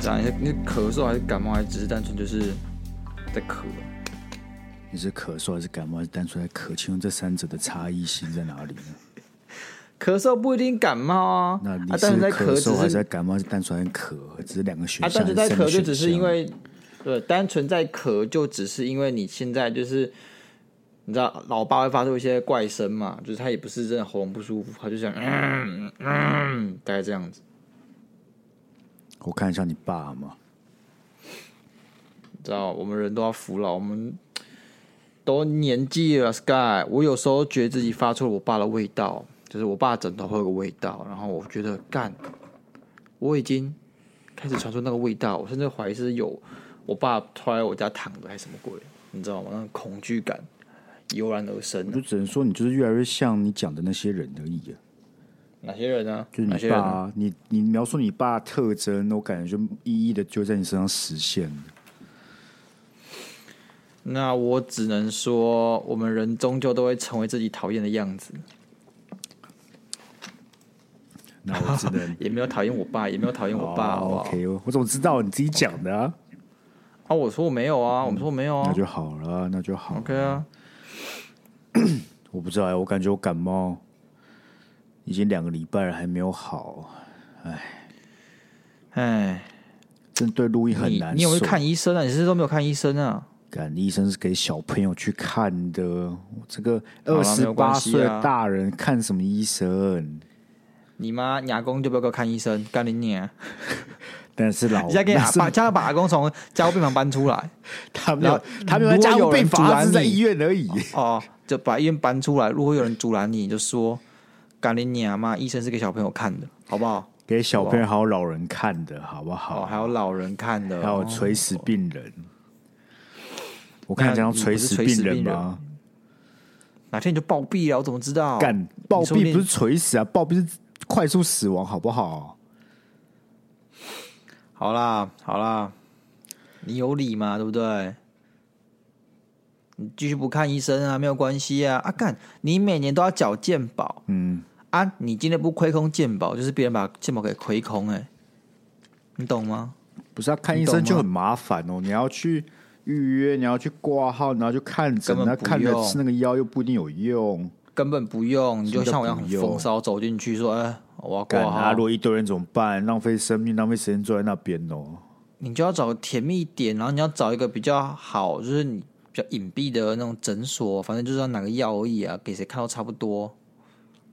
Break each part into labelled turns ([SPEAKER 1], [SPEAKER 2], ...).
[SPEAKER 1] 讲一下，你咳嗽还是感冒，还是只是单纯就是在咳？
[SPEAKER 2] 你是咳嗽还是感冒，还是单纯在咳？其中这三者的差异性在哪里呢？
[SPEAKER 1] 咳嗽不一定感冒啊，
[SPEAKER 2] 那你
[SPEAKER 1] 啊，
[SPEAKER 2] 是
[SPEAKER 1] 但在咳
[SPEAKER 2] 咳嗽还
[SPEAKER 1] 只
[SPEAKER 2] 是
[SPEAKER 1] 是
[SPEAKER 2] 在感冒，还是单纯在咳？只是两个选
[SPEAKER 1] 啊，
[SPEAKER 2] 项。
[SPEAKER 1] 单纯在
[SPEAKER 2] 三个
[SPEAKER 1] 咳就只
[SPEAKER 2] 选
[SPEAKER 1] 是因
[SPEAKER 2] 项
[SPEAKER 1] 为，对，单纯在咳就只是因为你现在就是，你知道老爸会发出一些怪声嘛，就是他也不是真的喉咙不舒服，他就想嗯嗯，大概这样子。
[SPEAKER 2] 我看一下你爸嘛，
[SPEAKER 1] 你知道，我们人都要服老，我们都年纪了，Sky。我有时候觉得自己发出了我爸的味道，就是我爸枕头会有个味道，然后我觉得干，我已经开始传出那个味道，我甚至怀疑是有我爸突然来我家躺着还是什么鬼，你知道吗？那种恐惧感油然而生
[SPEAKER 2] 我
[SPEAKER 1] 啊、
[SPEAKER 2] 就只能说你就是越来越像你讲的那些人而已、啊，
[SPEAKER 1] 哪些人呢、
[SPEAKER 2] 就是
[SPEAKER 1] 哪
[SPEAKER 2] 你
[SPEAKER 1] 些
[SPEAKER 2] 爸、
[SPEAKER 1] 人呢？
[SPEAKER 2] 啊，你你描述你爸的特征，我感觉就一一的就在你身上实现了。
[SPEAKER 1] 那我只能说，我们人终究都会成为自己讨厌的样子，
[SPEAKER 2] 那我只 能
[SPEAKER 1] 也没有讨厌我爸，也没有讨厌我爸，好不
[SPEAKER 2] 哦
[SPEAKER 1] 好？
[SPEAKER 2] ，OK，我怎么知道你自己讲的啊？
[SPEAKER 1] 啊，我说我没有啊，我们说没有啊
[SPEAKER 2] 嗯那就好了，那就好了。
[SPEAKER 1] ，OK 啊。
[SPEAKER 2] 我不知道、欸，我感觉我感冒已经两个礼拜了，还没有好，
[SPEAKER 1] 哎，
[SPEAKER 2] 真的对录音很
[SPEAKER 1] 你
[SPEAKER 2] 难
[SPEAKER 1] 你有没有
[SPEAKER 2] 受
[SPEAKER 1] 看医生啊？你是不是都没有看医生啊？
[SPEAKER 2] 干医生是给小朋友去看的，我这个
[SPEAKER 1] 好
[SPEAKER 2] 二
[SPEAKER 1] 啦没
[SPEAKER 2] 十
[SPEAKER 1] 有
[SPEAKER 2] 八
[SPEAKER 1] 关系啊
[SPEAKER 2] 岁的大人看什么医生？
[SPEAKER 1] 你妈你阿公就不要给我看医生，干你娘！
[SPEAKER 2] 但 是老
[SPEAKER 1] 你再给你
[SPEAKER 2] 但
[SPEAKER 1] 阿
[SPEAKER 2] 哦是
[SPEAKER 1] 爸，叫他把阿公从家务病房搬出来，
[SPEAKER 2] 他没有
[SPEAKER 1] 老
[SPEAKER 2] 他没有在
[SPEAKER 1] 如果
[SPEAKER 2] 家
[SPEAKER 1] 有
[SPEAKER 2] 务
[SPEAKER 1] 人
[SPEAKER 2] 病
[SPEAKER 1] 阻
[SPEAKER 2] 房，
[SPEAKER 1] 拦
[SPEAKER 2] 他是在
[SPEAKER 1] 你
[SPEAKER 2] 医院而已。
[SPEAKER 1] 哦，就把医院搬出来。如果有人阻拦你，你就说干你娘啊妈，医生是给小朋友看的，好不好？
[SPEAKER 2] 给小朋友还有老人看的好不好？
[SPEAKER 1] 哦，还有老人看的，
[SPEAKER 2] 还有
[SPEAKER 1] 哦
[SPEAKER 2] 垂死病人。我看
[SPEAKER 1] 那
[SPEAKER 2] 讲
[SPEAKER 1] 你
[SPEAKER 2] 到
[SPEAKER 1] 不
[SPEAKER 2] 垂
[SPEAKER 1] 是
[SPEAKER 2] 死
[SPEAKER 1] 垂死
[SPEAKER 2] 病
[SPEAKER 1] 病
[SPEAKER 2] 人
[SPEAKER 1] 人
[SPEAKER 2] 吗？
[SPEAKER 1] 哪天你就暴毙了，我怎么知道？
[SPEAKER 2] 干暴
[SPEAKER 1] 哦说不
[SPEAKER 2] 毙
[SPEAKER 1] 定
[SPEAKER 2] 不是垂死啊，暴毙是快速死亡，好不好？
[SPEAKER 1] 好啦，好啦，你有理嘛，对不对？你继续不看医生啊，没有关系啊。啊，干，你每年都要缴健保
[SPEAKER 2] 嗯，
[SPEAKER 1] 啊，你今天不亏空健保，就是别人把健保给亏空、欸，哎，你懂吗？
[SPEAKER 2] 不是要看医
[SPEAKER 1] 你懂
[SPEAKER 2] 生
[SPEAKER 1] 吗
[SPEAKER 2] 就很麻烦哦，你要去预约，你要去挂号，然后去看诊，
[SPEAKER 1] 根本
[SPEAKER 2] 那
[SPEAKER 1] 不
[SPEAKER 2] 看了
[SPEAKER 1] 用
[SPEAKER 2] 吃那个药又不一定有用。
[SPEAKER 1] 根本不用，你就像我一样很
[SPEAKER 2] 什么叫不用
[SPEAKER 1] 风骚走进去说，哎、我要
[SPEAKER 2] 干
[SPEAKER 1] 挂
[SPEAKER 2] 啊！
[SPEAKER 1] 号
[SPEAKER 2] 如，果一堆人怎么办？浪费生命，浪费时间坐在那边哦。
[SPEAKER 1] 你就要找甜蜜点，然后你要找一个比较好，就是你比较隐蔽的那种诊所，反正就是要拿个药而已啊，给谁看都差不多。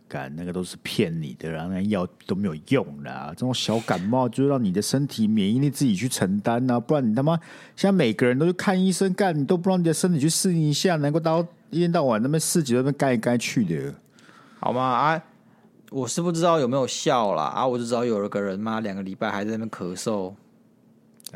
[SPEAKER 2] 干那个都是骗你的啦，那药都没有用啦。这种小感冒就让你的身体免疫力自己去承担呐、不然你他妈现在每个人都去看医生，干你都不让你的身体去适应一下，难怪到一天到晚那边四级那边该来该去的。
[SPEAKER 1] 好吗？啊，我是不知道有没有效啦，啊，我就知道有一个人妈两个礼拜还在那边咳嗽，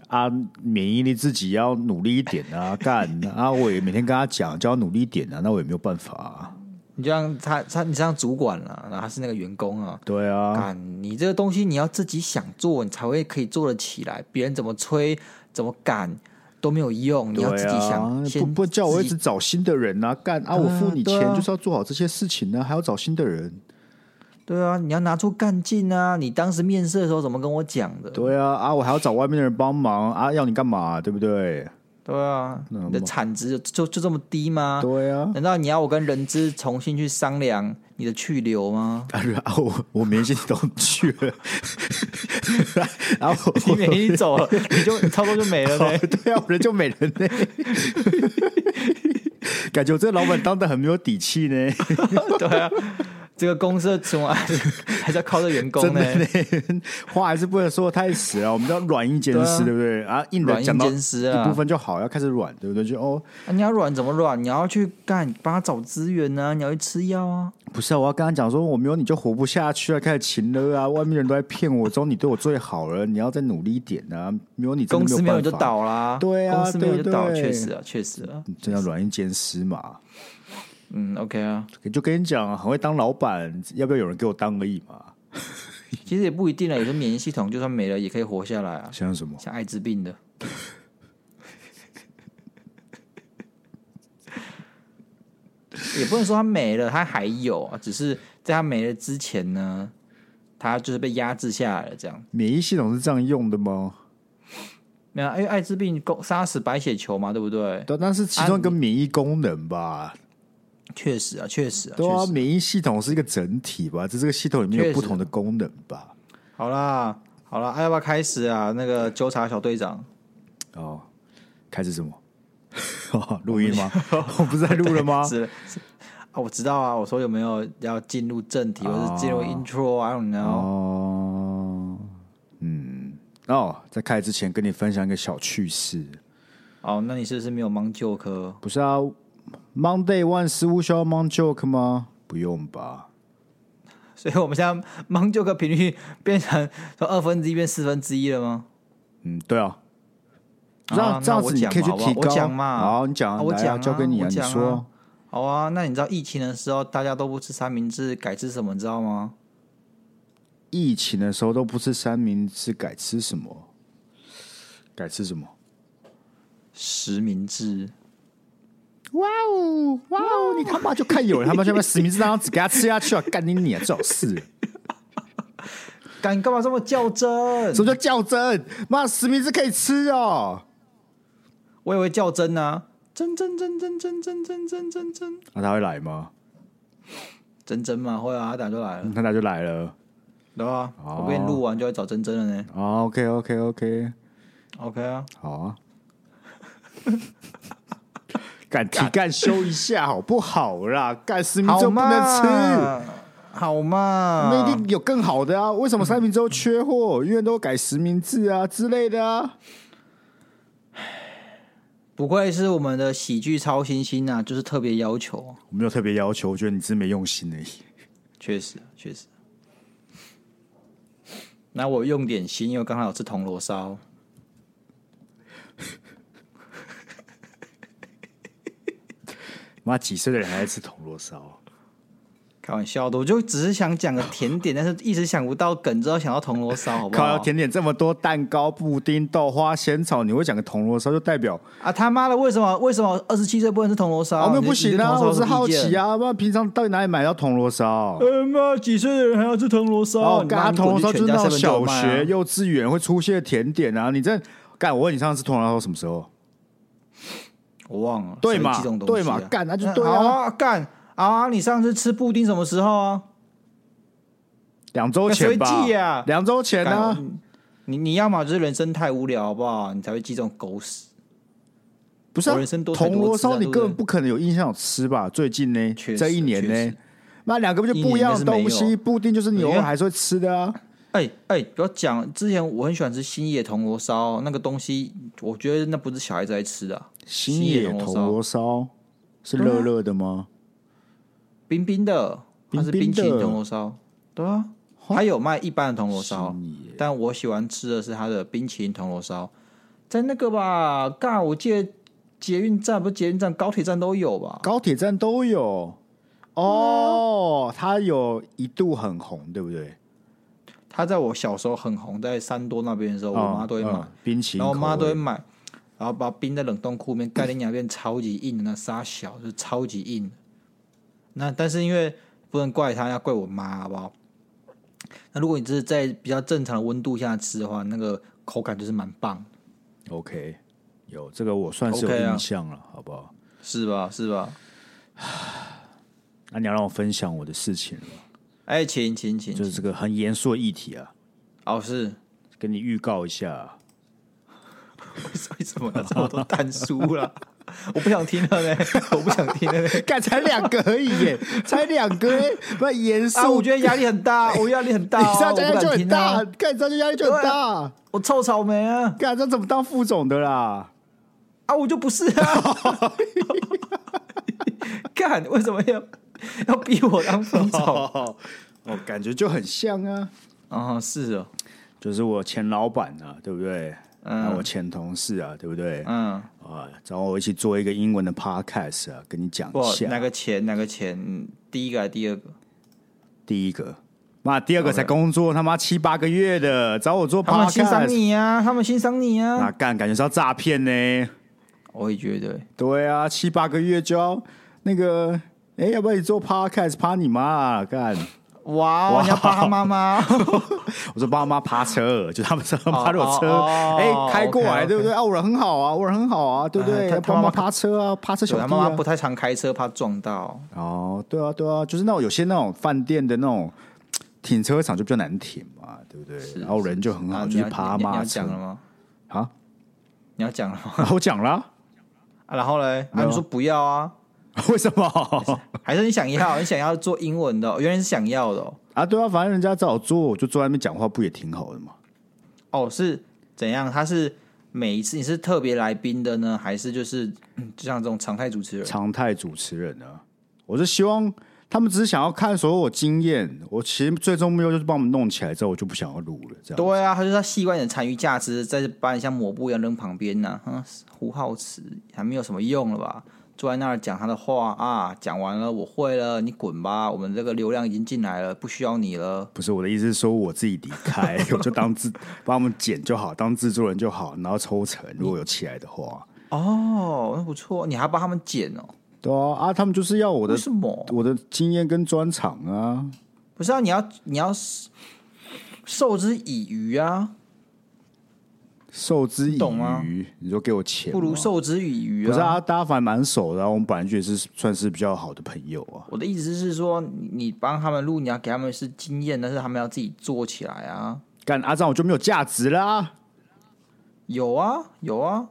[SPEAKER 2] 啊，免疫力自己要努力一点 啊！干啊，我也每天跟他讲，叫他努力一点啊，那我也没有办法、啊。
[SPEAKER 1] 你就像他他你像主管啦、然后他是那个员工啊，
[SPEAKER 2] 对啊，
[SPEAKER 1] 干你这个东西你要自己想做，你才会可以做得起来，别人怎么催怎么赶都没有用，你
[SPEAKER 2] 对
[SPEAKER 1] 要自己想，
[SPEAKER 2] 啊，
[SPEAKER 1] 先
[SPEAKER 2] 不不叫我
[SPEAKER 1] 自
[SPEAKER 2] 一
[SPEAKER 1] 己
[SPEAKER 2] 直找新的人啊！干
[SPEAKER 1] 对啊
[SPEAKER 2] 啊，我付你
[SPEAKER 1] 对啊
[SPEAKER 2] 钱就是要做好这些事情呢、啊还要找新的人。
[SPEAKER 1] 对啊，你要拿出干劲啊！你当时面试的时候怎么跟我讲的？
[SPEAKER 2] 对啊，啊，我还要找外面的人帮忙啊，要你干嘛、对不对？
[SPEAKER 1] 对啊，你的产值就就就这么低吗？
[SPEAKER 2] 对啊，
[SPEAKER 1] 难道你要我跟人资重新去商量你的去留吗？
[SPEAKER 2] 啊，我我明星都 去了，然后
[SPEAKER 1] 你
[SPEAKER 2] 我
[SPEAKER 1] 免疫走了，你就差不多就没了呗。
[SPEAKER 2] 对啊，我人就没人呢、 感觉我这个老板当的很没有底气呢，
[SPEAKER 1] 对啊，这个公司的存亡还是 还是要靠着员工
[SPEAKER 2] 真
[SPEAKER 1] 呢，
[SPEAKER 2] 的呢， 话还是不能说太死啊，我们叫软硬兼
[SPEAKER 1] 对啊
[SPEAKER 2] 施，对不对？啊，硬
[SPEAKER 1] 软
[SPEAKER 2] 的
[SPEAKER 1] 硬
[SPEAKER 2] 讲到
[SPEAKER 1] 兼施啊
[SPEAKER 2] 一部分就好，要开始软，对不对？就哦，
[SPEAKER 1] 啊你要软怎么软？你要去干，帮他找资源呢、你要去吃药啊。
[SPEAKER 2] 不是啊，我要跟他讲说，我没有你就活不下去了，开始勤了啊！外面人都在骗我，只有你对我最好了，你要再努力一点啊！没有你真的
[SPEAKER 1] 公司没
[SPEAKER 2] 有
[SPEAKER 1] 有你
[SPEAKER 2] 办
[SPEAKER 1] 就
[SPEAKER 2] 法，
[SPEAKER 1] 倒啦，
[SPEAKER 2] 对啊
[SPEAKER 1] 公司没有你就倒，
[SPEAKER 2] 对对
[SPEAKER 1] 确实啊，确实啊，
[SPEAKER 2] 真要软硬兼施嘛。
[SPEAKER 1] 嗯，OK 啊，
[SPEAKER 2] 就跟你讲，很会当老板，要不要有人给我当而已嘛。
[SPEAKER 1] 其实也不一定啊，有些免疫系统就算没了也可以活下来啊，
[SPEAKER 2] 像什么？
[SPEAKER 1] 像艾滋病的， 也不能说它没了，它还有啊，只是在它没了之前呢，它就是被压制下来了。这样，
[SPEAKER 2] 免疫系统是这样用的吗？
[SPEAKER 1] 没有啊，因为艾滋病攻杀死白血球嘛，对不对？
[SPEAKER 2] 对，但是其中一
[SPEAKER 1] 啊
[SPEAKER 2] 个免疫功能吧，
[SPEAKER 1] 确实啊，确实啊，
[SPEAKER 2] 对
[SPEAKER 1] 确
[SPEAKER 2] 啊，
[SPEAKER 1] 实。
[SPEAKER 2] 免疫系统是一个整体吧，这这个系统里面
[SPEAKER 1] 确
[SPEAKER 2] 有
[SPEAKER 1] 实
[SPEAKER 2] 不同的功能吧。
[SPEAKER 1] 好啦，好啦，啊、要不要开始啊？那个纠察小队长，
[SPEAKER 2] 哦，开始什么？ 录音吗？我不是在录了吗？
[SPEAKER 1] 是是啊，我知道啊，我说有没有要进入正题，或
[SPEAKER 2] 哦
[SPEAKER 1] 是进入 intro？I don't know。
[SPEAKER 2] 哦，嗯，哦，在开始之前跟你分享一个小趣事，
[SPEAKER 1] 哦，那你是不是没有忙旧科？
[SPEAKER 2] 不是啊，Monday One 十五需要 Mon Joke 吗？不用吧？
[SPEAKER 1] 所以我们现在忙旧科频率变成从二分之一变四分之一了吗？
[SPEAKER 2] 嗯，对啊，这
[SPEAKER 1] 啊
[SPEAKER 2] 样
[SPEAKER 1] 那
[SPEAKER 2] 这样子
[SPEAKER 1] 我
[SPEAKER 2] 你
[SPEAKER 1] 讲
[SPEAKER 2] 可以去
[SPEAKER 1] 嘛好不好
[SPEAKER 2] 提高，
[SPEAKER 1] 我讲嘛
[SPEAKER 2] 好，你讲啊，
[SPEAKER 1] 啊我
[SPEAKER 2] 来啊
[SPEAKER 1] 讲啊
[SPEAKER 2] 交给你
[SPEAKER 1] 我
[SPEAKER 2] 你
[SPEAKER 1] 讲啊
[SPEAKER 2] 说，
[SPEAKER 1] 好啊，那你知道疫情的时候大家都不吃三明治，改吃什么？你知道吗？
[SPEAKER 2] 疫情的时候都不吃三明治，改吃什么？改吃什么？
[SPEAKER 1] 实名制。
[SPEAKER 2] 哇哦，哇哦！你他妈就看有人他妈就把实名制那张纸给他吃下去啊！ 干你你啊，最好是
[SPEAKER 1] 敢干嘛这么较真？
[SPEAKER 2] 什么叫较真？妈，实名制可以吃哦！
[SPEAKER 1] 我以为较真啊，真真真真真真真真真真
[SPEAKER 2] 那、啊他会来吗？
[SPEAKER 1] 真真嘛，会啊，他打就来了，
[SPEAKER 2] 那他就来了。
[SPEAKER 1] 对吧、我给你录完就会找真真了呢。
[SPEAKER 2] 哦、o k OK OK，
[SPEAKER 1] OK 啊，
[SPEAKER 2] 好啊。 敢体干修一下好不好啦？干实名制
[SPEAKER 1] 好
[SPEAKER 2] 又不能吃，
[SPEAKER 1] 嘛，好嘛，
[SPEAKER 2] 那一定有更好的啊！为什么三明治都缺货？因为都改实名制啊之类的啊！
[SPEAKER 1] 不愧是我们的喜剧超新星啊，就是特别要求，
[SPEAKER 2] 我没有特别要求，我觉得你只是没用心而已。
[SPEAKER 1] 确实确实。那我用点心，因为刚好有吃铜锣烧。
[SPEAKER 2] 妈，几岁的人还在吃铜锣烧？
[SPEAKER 1] 开玩笑的，我就只是想讲个甜点，但是一直想不到梗，之后想到铜锣烧，好不
[SPEAKER 2] 靠，
[SPEAKER 1] 好？
[SPEAKER 2] 甜点这么多，蛋糕、布丁、豆花、仙草，你会讲个铜锣烧，就代表
[SPEAKER 1] 啊他妈的，为什么为什么二十七岁不能吃铜锣烧？
[SPEAKER 2] 啊，那
[SPEAKER 1] 你
[SPEAKER 2] 不行啊！我是好
[SPEAKER 1] 你对铜锣烧有
[SPEAKER 2] 奇。
[SPEAKER 1] 什么意见
[SPEAKER 2] 啊，不然平常到底哪里买到铜锣烧？
[SPEAKER 1] 呃妈，几岁的人还要吃铜锣烧？
[SPEAKER 2] 哦，
[SPEAKER 1] 你
[SPEAKER 2] 干
[SPEAKER 1] 妈
[SPEAKER 2] 啊，
[SPEAKER 1] 你
[SPEAKER 2] 铜
[SPEAKER 1] 滚
[SPEAKER 2] 锣
[SPEAKER 1] 去
[SPEAKER 2] 烧就是
[SPEAKER 1] 全家
[SPEAKER 2] 那
[SPEAKER 1] 7-Eleven 就
[SPEAKER 2] 种
[SPEAKER 1] 有
[SPEAKER 2] 小
[SPEAKER 1] 卖啊
[SPEAKER 2] 学、幼稚园会出现的甜点啊！你这干，我问你上次吃铜锣烧什么时候？
[SPEAKER 1] 我忘了，
[SPEAKER 2] 对嘛
[SPEAKER 1] 随机这种东西
[SPEAKER 2] 对
[SPEAKER 1] 啊
[SPEAKER 2] 嘛干那就对
[SPEAKER 1] 嗯
[SPEAKER 2] 啊
[SPEAKER 1] 好啊，干啊！你上次吃布丁什么时候啊？
[SPEAKER 2] 两周前吧
[SPEAKER 1] 随机啊，
[SPEAKER 2] 两周前
[SPEAKER 1] 干
[SPEAKER 2] 啊，
[SPEAKER 1] 你你你要么就是人生太无聊，好不好？你才会记这种狗屎。
[SPEAKER 2] 不是啊
[SPEAKER 1] 我人生多才多
[SPEAKER 2] 铜锣
[SPEAKER 1] 姿
[SPEAKER 2] 烧，
[SPEAKER 1] 啊对
[SPEAKER 2] 你
[SPEAKER 1] 不
[SPEAKER 2] 根本
[SPEAKER 1] 对
[SPEAKER 2] 不可能有印象有吃吧？最近呢
[SPEAKER 1] 确，实
[SPEAKER 2] 这一年
[SPEAKER 1] 确
[SPEAKER 2] 呢
[SPEAKER 1] 实，
[SPEAKER 2] 那两个不就不一样的东
[SPEAKER 1] 一年应该是没
[SPEAKER 2] 西？
[SPEAKER 1] 有
[SPEAKER 2] 布丁就是你偶
[SPEAKER 1] 因
[SPEAKER 2] 尔
[SPEAKER 1] 为
[SPEAKER 2] 还是会吃的啊。
[SPEAKER 1] 哎、哎，不要讲，之前我很喜欢吃新野铜锣烧，那个东西，我觉得那不是小孩子在吃的啊、
[SPEAKER 2] 新野铜锣烧是热热的吗？
[SPEAKER 1] 冰冰的，它是
[SPEAKER 2] 冰冰
[SPEAKER 1] 冰
[SPEAKER 2] 的
[SPEAKER 1] 淇淋铜锣烧，对啊，它有卖一般的铜锣烧，
[SPEAKER 2] 野
[SPEAKER 1] 但我喜欢吃的是它的冰淇淋铜锣烧，在那个吧，尬，我记得捷运站不是捷运站，高铁站都有吧？
[SPEAKER 2] 高铁站都有
[SPEAKER 1] 啊
[SPEAKER 2] 哦，它有一度很红，对不对？
[SPEAKER 1] 它在我小时候很红，在三多那边的时候，我妈都会买，
[SPEAKER 2] 嗯嗯冰淇淋
[SPEAKER 1] 然后
[SPEAKER 2] 口
[SPEAKER 1] 我
[SPEAKER 2] 味，
[SPEAKER 1] 妈都会买，然后把冰在冷冻库里面，盖在两变超级硬的那沙小，就是超级硬的。那但是因为不能怪她，要怪我妈，好不好？那如果你只是在比较正常的温度下吃的话，那个口感就是蛮棒，
[SPEAKER 2] OK，有这个我算是有
[SPEAKER 1] OK 啊
[SPEAKER 2] 印象了好不好？
[SPEAKER 1] 是吧？是吧？
[SPEAKER 2] 那你要让我分享我的事情了吗，
[SPEAKER 1] 哎，请请请，
[SPEAKER 2] 就是这个很严肃的议题啊，
[SPEAKER 1] 哦 是，
[SPEAKER 2] 跟你预告一下啊，
[SPEAKER 1] 为什么要这么多蛋酥 啦？我不想听了呢，我不想听了呢。
[SPEAKER 2] 干才两个而已耶，才两个耶，不严肃，
[SPEAKER 1] 啊，我觉得压力很大，我压力很大、
[SPEAKER 2] 你
[SPEAKER 1] 哦，
[SPEAKER 2] 知道
[SPEAKER 1] 我
[SPEAKER 2] 压力
[SPEAKER 1] 不
[SPEAKER 2] 就
[SPEAKER 1] 敢
[SPEAKER 2] 很
[SPEAKER 1] 听啊
[SPEAKER 2] 大，干你知道压力就很大，
[SPEAKER 1] 我臭草莓啊！
[SPEAKER 2] 干这怎么当副总的啦？
[SPEAKER 1] 啊，我就不是啊！ 干，为什么要要逼我当副总？
[SPEAKER 2] 哦， 哦，感觉就很像啊。
[SPEAKER 1] 哦，是哦，
[SPEAKER 2] 就是我前老板啊，对不对？
[SPEAKER 1] 嗯
[SPEAKER 2] 还有我前同事啊，对不对？
[SPEAKER 1] 嗯，
[SPEAKER 2] 啊，找我一起做一个英文的 podcast 啊，跟你讲
[SPEAKER 1] 不
[SPEAKER 2] 一，下。
[SPEAKER 1] 哪个钱哪个钱？嗯第一个还是第二个？
[SPEAKER 2] 第一个，妈，第二个才工作他妈七八个月的，找我做
[SPEAKER 1] 他们欣赏
[SPEAKER 2] podcast，
[SPEAKER 1] 你啊，他们欣赏你
[SPEAKER 2] 那
[SPEAKER 1] 啊！
[SPEAKER 2] 干感觉是要诈骗呢？
[SPEAKER 1] 我也觉得，
[SPEAKER 2] 对啊，七八个月就要那个哎、要不然你做 podcast 趴你妈、啊、干？
[SPEAKER 1] 哇，你要帮他妈 妈？
[SPEAKER 2] 我说帮他妈趴车，就他们车趴着我车，
[SPEAKER 1] 哦哦
[SPEAKER 2] 哎、
[SPEAKER 1] 哦
[SPEAKER 2] 开过来
[SPEAKER 1] OK，OK
[SPEAKER 2] 对不对？啊，我人很好啊，我人很好啊，对不对？
[SPEAKER 1] 哎他他
[SPEAKER 2] 帮
[SPEAKER 1] 妈妈
[SPEAKER 2] 忙趴车啊，趴车小
[SPEAKER 1] 对
[SPEAKER 2] 弟、
[SPEAKER 1] 他
[SPEAKER 2] 啊。
[SPEAKER 1] 妈妈不太常开车，怕撞到。
[SPEAKER 2] 哦，对啊，对啊，就是那种有些那种饭店的那种停车场就比较难停嘛，对不对？然后人就很
[SPEAKER 1] 然
[SPEAKER 2] 好，
[SPEAKER 1] 后啊
[SPEAKER 2] 就
[SPEAKER 1] 你
[SPEAKER 2] 去
[SPEAKER 1] 要
[SPEAKER 2] 爬
[SPEAKER 1] 你你你
[SPEAKER 2] 妈
[SPEAKER 1] 要
[SPEAKER 2] 车
[SPEAKER 1] 讲了吗？
[SPEAKER 2] 啊。
[SPEAKER 1] 你要讲了吗？
[SPEAKER 2] 然 后我讲啦、
[SPEAKER 1] 啊然后嘞，啊，你说不要啊？
[SPEAKER 2] 为什 么？
[SPEAKER 1] 还是你想要？你想要做英文的哦、原来是想要的哦。
[SPEAKER 2] 啊，对啊，反正人家找我做，我就坐在那边讲话，不也挺好的吗？
[SPEAKER 1] 哦，是怎样？他是每一次你是特别来宾的呢，还是就是嗯就像这种常态主持人？
[SPEAKER 2] 常态主持人啊，我是希望他们只是想要看所有我经验，我其实最终目标就是帮我们弄起来之后，我就不想要录了，这样。
[SPEAKER 1] 对啊，他就是要习惯你的参与价值，再把你像抹布一样扔旁边呢、嗯，胡浩慈还没有什么用了吧？坐在那儿讲他的话啊，讲完了，我会了，你滚吧！我们这个流量已经进来了，不需要你了。
[SPEAKER 2] 不是我的意思是说我自己离开， 我就当制帮我们剪就好，当制作人就好，然后抽成，如果有起来的话。
[SPEAKER 1] 哦，那不错，你还帮他们剪哦？
[SPEAKER 2] 对啊，啊，他们就是要我的
[SPEAKER 1] 为什么？
[SPEAKER 2] 我的经验跟专长啊。
[SPEAKER 1] 不是啊，你要你要授之以渔啊，
[SPEAKER 2] 授之以
[SPEAKER 1] 你懂吗
[SPEAKER 2] 鱼，你说给我钱吗，
[SPEAKER 1] 不如授之以渔
[SPEAKER 2] 不是啊，大家反正蛮熟的、啊，我们本来就也是算是比较好的朋友啊。
[SPEAKER 1] 我的意思是说，你你帮他们录，你要给他们是经验，但是他们要自己做起来啊。
[SPEAKER 2] 干阿张我就没有价值啦、
[SPEAKER 1] 有啊，有啊。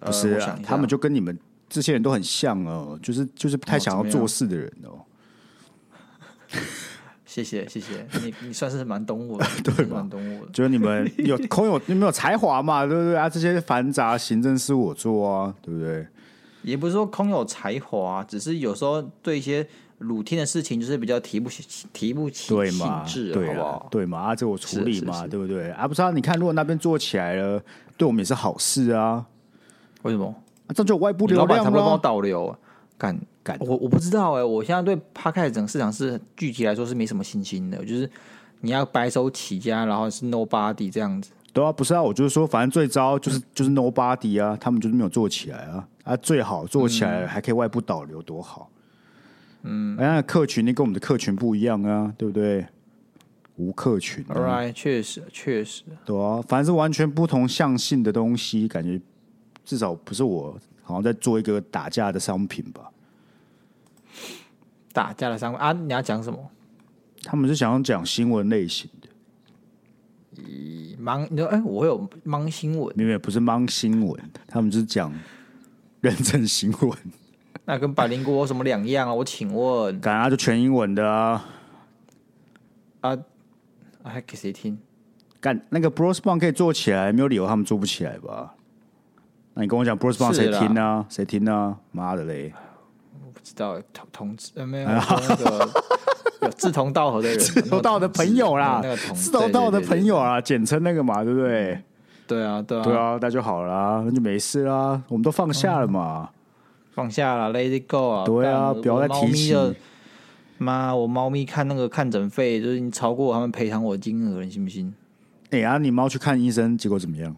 [SPEAKER 2] 不是、
[SPEAKER 1] 呃我
[SPEAKER 2] 啊
[SPEAKER 1] 想一，下
[SPEAKER 2] 他们就跟你们这些人都很像哦，就是就是不太
[SPEAKER 1] 哦
[SPEAKER 2] 想要
[SPEAKER 1] 怎么样
[SPEAKER 2] 做事的人哦。
[SPEAKER 1] 谢谢谢谢你，你算是蛮懂 我的，对蛮懂我的。
[SPEAKER 2] 就是 你们有空有你们有才华嘛，对不对啊？这些繁杂行政事我做啊，对不对？
[SPEAKER 1] 也不是说空有才华，啊只是有时候对一些 routine 的事情，就是比较提不起提不起
[SPEAKER 2] 对
[SPEAKER 1] 兴
[SPEAKER 2] 嘛？
[SPEAKER 1] 致，
[SPEAKER 2] 对
[SPEAKER 1] 好
[SPEAKER 2] 啊
[SPEAKER 1] 不好？
[SPEAKER 2] 对嘛？啊，这我处理
[SPEAKER 1] 是是
[SPEAKER 2] 嘛，
[SPEAKER 1] 是
[SPEAKER 2] 对不对？啊，不是啊，你看如果那边做起来了，对我们也是好事啊。
[SPEAKER 1] 为什么？
[SPEAKER 2] 啊这样就有外部
[SPEAKER 1] 你
[SPEAKER 2] 流
[SPEAKER 1] 老板才
[SPEAKER 2] 量
[SPEAKER 1] 不会帮我
[SPEAKER 2] 了。
[SPEAKER 1] 导流、啊。干
[SPEAKER 2] 干
[SPEAKER 1] 我我不知道哎、我现在对 p 开 d 整个市场是具体来说是没什么信心的，就是你要白手起家，然后是 nobody 这样子。
[SPEAKER 2] 对啊，不是啊，我就是说，反正最糟就是就是 nobody 啊，他们就是没有做起来啊。啊，最好做起来了还可以外部导流，多好。嗯，哎，那客群你跟我们的客群不一样啊，对不对？无客群、啊
[SPEAKER 1] All right，确实确实，
[SPEAKER 2] 对啊，反正是完全不同向性的东西，感觉至少不是我好像在做一个打架的商品吧。
[SPEAKER 1] 打架的商啊，你要讲什么？
[SPEAKER 2] 他们是想要讲新闻类型的，
[SPEAKER 1] 忙，你说哎、我有忙新闻，
[SPEAKER 2] 明明不是mang 新闻，他们就是讲认证新闻，
[SPEAKER 1] 那跟百灵果有什么两样啊？我请问
[SPEAKER 2] 感觉就全英文的啊。
[SPEAKER 1] 啊，还给谁听？
[SPEAKER 2] 干那个 Bros Bond 可以做起来，没有理由他们做不起来吧？那你跟我讲 Bros Bond 谁
[SPEAKER 1] 是啦
[SPEAKER 2] 听啊？谁听啊？妈的 嘞！
[SPEAKER 1] 我不知道，同同志呃没 有说那个有志同道合的人，
[SPEAKER 2] 志同道的朋友啦
[SPEAKER 1] 那个同，
[SPEAKER 2] 志同道的朋友
[SPEAKER 1] 对
[SPEAKER 2] 啊，简称那个嘛，对不对？
[SPEAKER 1] 对啊对啊
[SPEAKER 2] 对啊，那就好啦，那就没事啦，我们都放下了嘛。
[SPEAKER 1] 放下了，Let it go 啊！
[SPEAKER 2] 对
[SPEAKER 1] 干
[SPEAKER 2] 啊，
[SPEAKER 1] 我
[SPEAKER 2] 不要再
[SPEAKER 1] 猫
[SPEAKER 2] 提
[SPEAKER 1] 咪
[SPEAKER 2] 起。
[SPEAKER 1] 的妈，我猫咪看那个看诊费，就是已经超过他们赔偿我的金额了，你信不信？嗯
[SPEAKER 2] 哎、呀、啊，你猫去看医生，结果怎么样？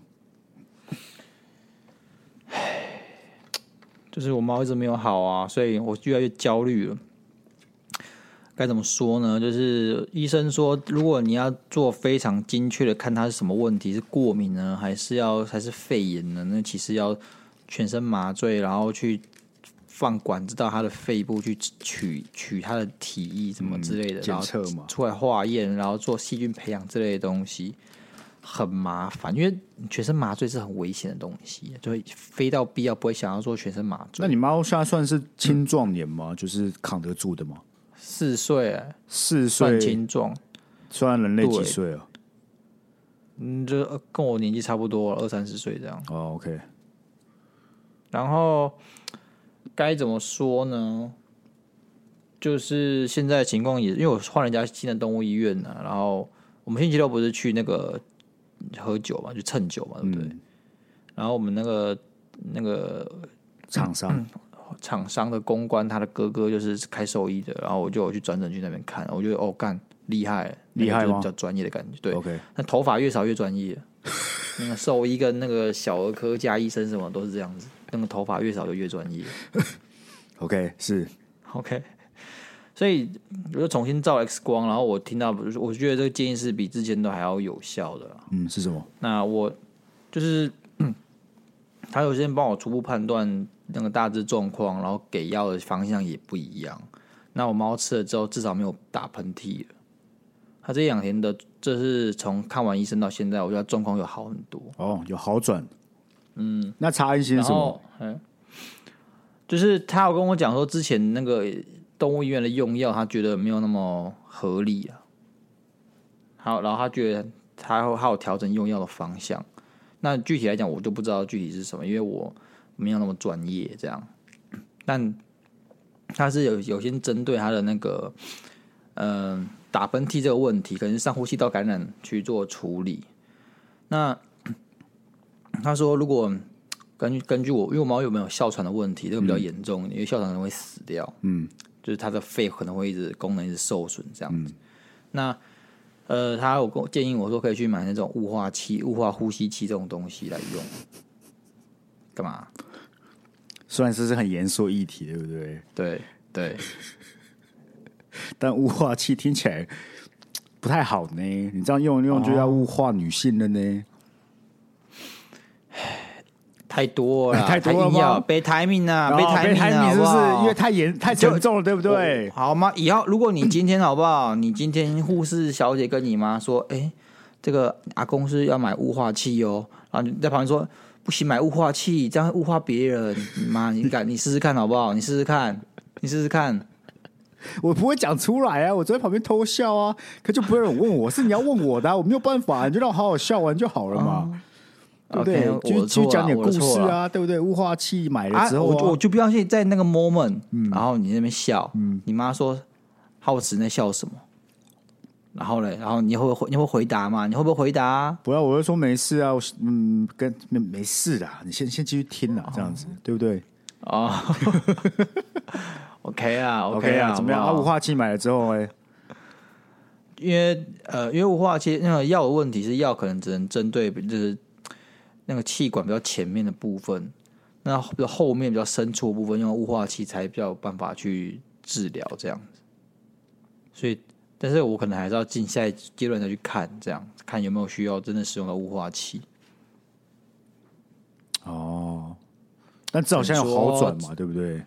[SPEAKER 1] 就是我猫一直没有好啊，所以我越来越焦虑了。该怎么说呢？就是医生说，如果你要做非常精确的看它是什么问题，是过敏呢，还是要还是肺炎呢？那其实要全身麻醉，然后去放管子到它的肺部去取取它的体液什么之类的，
[SPEAKER 2] 嗯检
[SPEAKER 1] 然后
[SPEAKER 2] 测嘛
[SPEAKER 1] 出来化验，然后做细菌培养之类的东西，很麻烦，因为全身麻醉是很危险的东西，就会非到必要不会想要做全身麻醉。
[SPEAKER 2] 那你猫现在算是青壮年吗？就是扛得住的吗？
[SPEAKER 1] 四岁欸
[SPEAKER 2] 四
[SPEAKER 1] 算
[SPEAKER 2] 岁
[SPEAKER 1] 青壮，
[SPEAKER 2] 算人类几
[SPEAKER 1] 对
[SPEAKER 2] 岁啊？
[SPEAKER 1] 嗯，就呃跟我年纪差不多，二三十岁这样。
[SPEAKER 2] 哦，OK，
[SPEAKER 1] 然后该怎么说呢？就是现在情况也，因为我换了一家新的动物医院呢、然后我们星期六不是去那个喝酒嘛，就蹭酒嘛，对不对？然后我们那个那个
[SPEAKER 2] 厂
[SPEAKER 1] 嗯
[SPEAKER 2] 商
[SPEAKER 1] 厂商的公关，他的哥哥就是开兽医的，然后我就有去转诊去那边看，我觉得哦干厉害，
[SPEAKER 2] 厉害
[SPEAKER 1] 那个就是
[SPEAKER 2] 吗哦
[SPEAKER 1] 比较专业的感觉，对，
[SPEAKER 2] ，OK，
[SPEAKER 1] 那头发越少越专业。那个兽医跟那个小儿科加医生什么都是这样子，那个头发越少就越专业。
[SPEAKER 2] OK，是
[SPEAKER 1] OK，所以我就重新照 X 光，然后我听到，我觉得这个建议是比之前都还要有效的啦。
[SPEAKER 2] 嗯是什么？
[SPEAKER 1] 那我就是、 嗯他有些人帮我初步判断那个大致状况，然后给药的方向也不一样。那我猫吃了之后，至少没有打喷嚏了。他这两天的，这是从看完医生到现在，我觉得他状况有好很多。
[SPEAKER 2] 哦，有好转。嗯，那查安心是
[SPEAKER 1] 然
[SPEAKER 2] 什么？
[SPEAKER 1] 后，嗯，就是他有跟我讲说，之前那个动物医院的用药，他觉得没有那么合理啊。好，然后他觉得他有他有调整用药的方向。那具体来讲，我就不知道具体是什么，因为我没有那么专业这样。但他是有有先针对他的那个，嗯、打喷嚏这个问题，可能是上呼吸道感染去做处理。那他说，如果根据根据我，因为我猫有没有哮喘的问题，这个比较
[SPEAKER 2] 嗯
[SPEAKER 1] 严重，因为哮喘人会死掉，嗯，就是它的肺可能会一直功能一直受损这样
[SPEAKER 2] 嗯
[SPEAKER 1] 子。那呃，他有跟我建议我说可以去买那种雾化器、雾化呼吸器这种东西来用，干嘛？
[SPEAKER 2] 虽然这是很严肃的议题，对不对？
[SPEAKER 1] 对对，
[SPEAKER 2] 但雾化器听起来不太好呢。你这样用一用就要物化女性了呢。
[SPEAKER 1] 太多了啦，
[SPEAKER 2] 太多了吗
[SPEAKER 1] 硬要贝台命啊，
[SPEAKER 2] 然后
[SPEAKER 1] 台命啊，
[SPEAKER 2] 你是不
[SPEAKER 1] 好不
[SPEAKER 2] 是
[SPEAKER 1] 好
[SPEAKER 2] 因为太严太沉重了，对不对？
[SPEAKER 1] 哦好吗？以后如果你今天好不 好？你今天护士小姐跟你妈说，哎、这个阿公是要买雾化器哦，然后你在旁边说不行，买雾化器这样会雾化别人。妈，你敢？你试试看好不好？你试试看，你试试看。
[SPEAKER 2] 我不会讲出来啊，我只在旁边偷笑啊。可就不会有人问我，是你要问我的啊、我没有办法、你就让我好好笑完就好了嘛，对不对？
[SPEAKER 1] 哦 OK，我
[SPEAKER 2] 就
[SPEAKER 1] 的
[SPEAKER 2] 就
[SPEAKER 1] 错
[SPEAKER 2] 讲
[SPEAKER 1] 啦
[SPEAKER 2] 点
[SPEAKER 1] 我
[SPEAKER 2] 故
[SPEAKER 1] 的
[SPEAKER 2] 事
[SPEAKER 1] 错啦。
[SPEAKER 2] 啊，对不对？雾化器买了
[SPEAKER 1] 啊，
[SPEAKER 2] 之后、
[SPEAKER 1] 我就我就不相信在那个 moment，、然
[SPEAKER 2] 嗯
[SPEAKER 1] 后你在那边笑，你妈说好奇在笑什么？然后嘞，然后你会不会你会回答嘛？你会不会回答啊、
[SPEAKER 2] 不要，我就说没事啊，我嗯，跟没没事啦，你先先继续听啦，这样子、对不对
[SPEAKER 1] 哦 ，OK 啊，OK
[SPEAKER 2] 啊，
[SPEAKER 1] 啊，
[SPEAKER 2] 怎么样？啊，
[SPEAKER 1] 好不
[SPEAKER 2] 雾
[SPEAKER 1] 好
[SPEAKER 2] 化器买了之后、哎，
[SPEAKER 1] 因为呃，因为雾化器那个药的问题是药可能只能针对就是那个气管比较前面的部分，那比较后面比较深处的部分用雾化器才比较有办法去治疗这样子。所以，但是我可能还是要进下一阶段再去看，这样看有没有需要真的使用到雾化器。
[SPEAKER 2] 哦，但至少现在有好转嘛，对不对？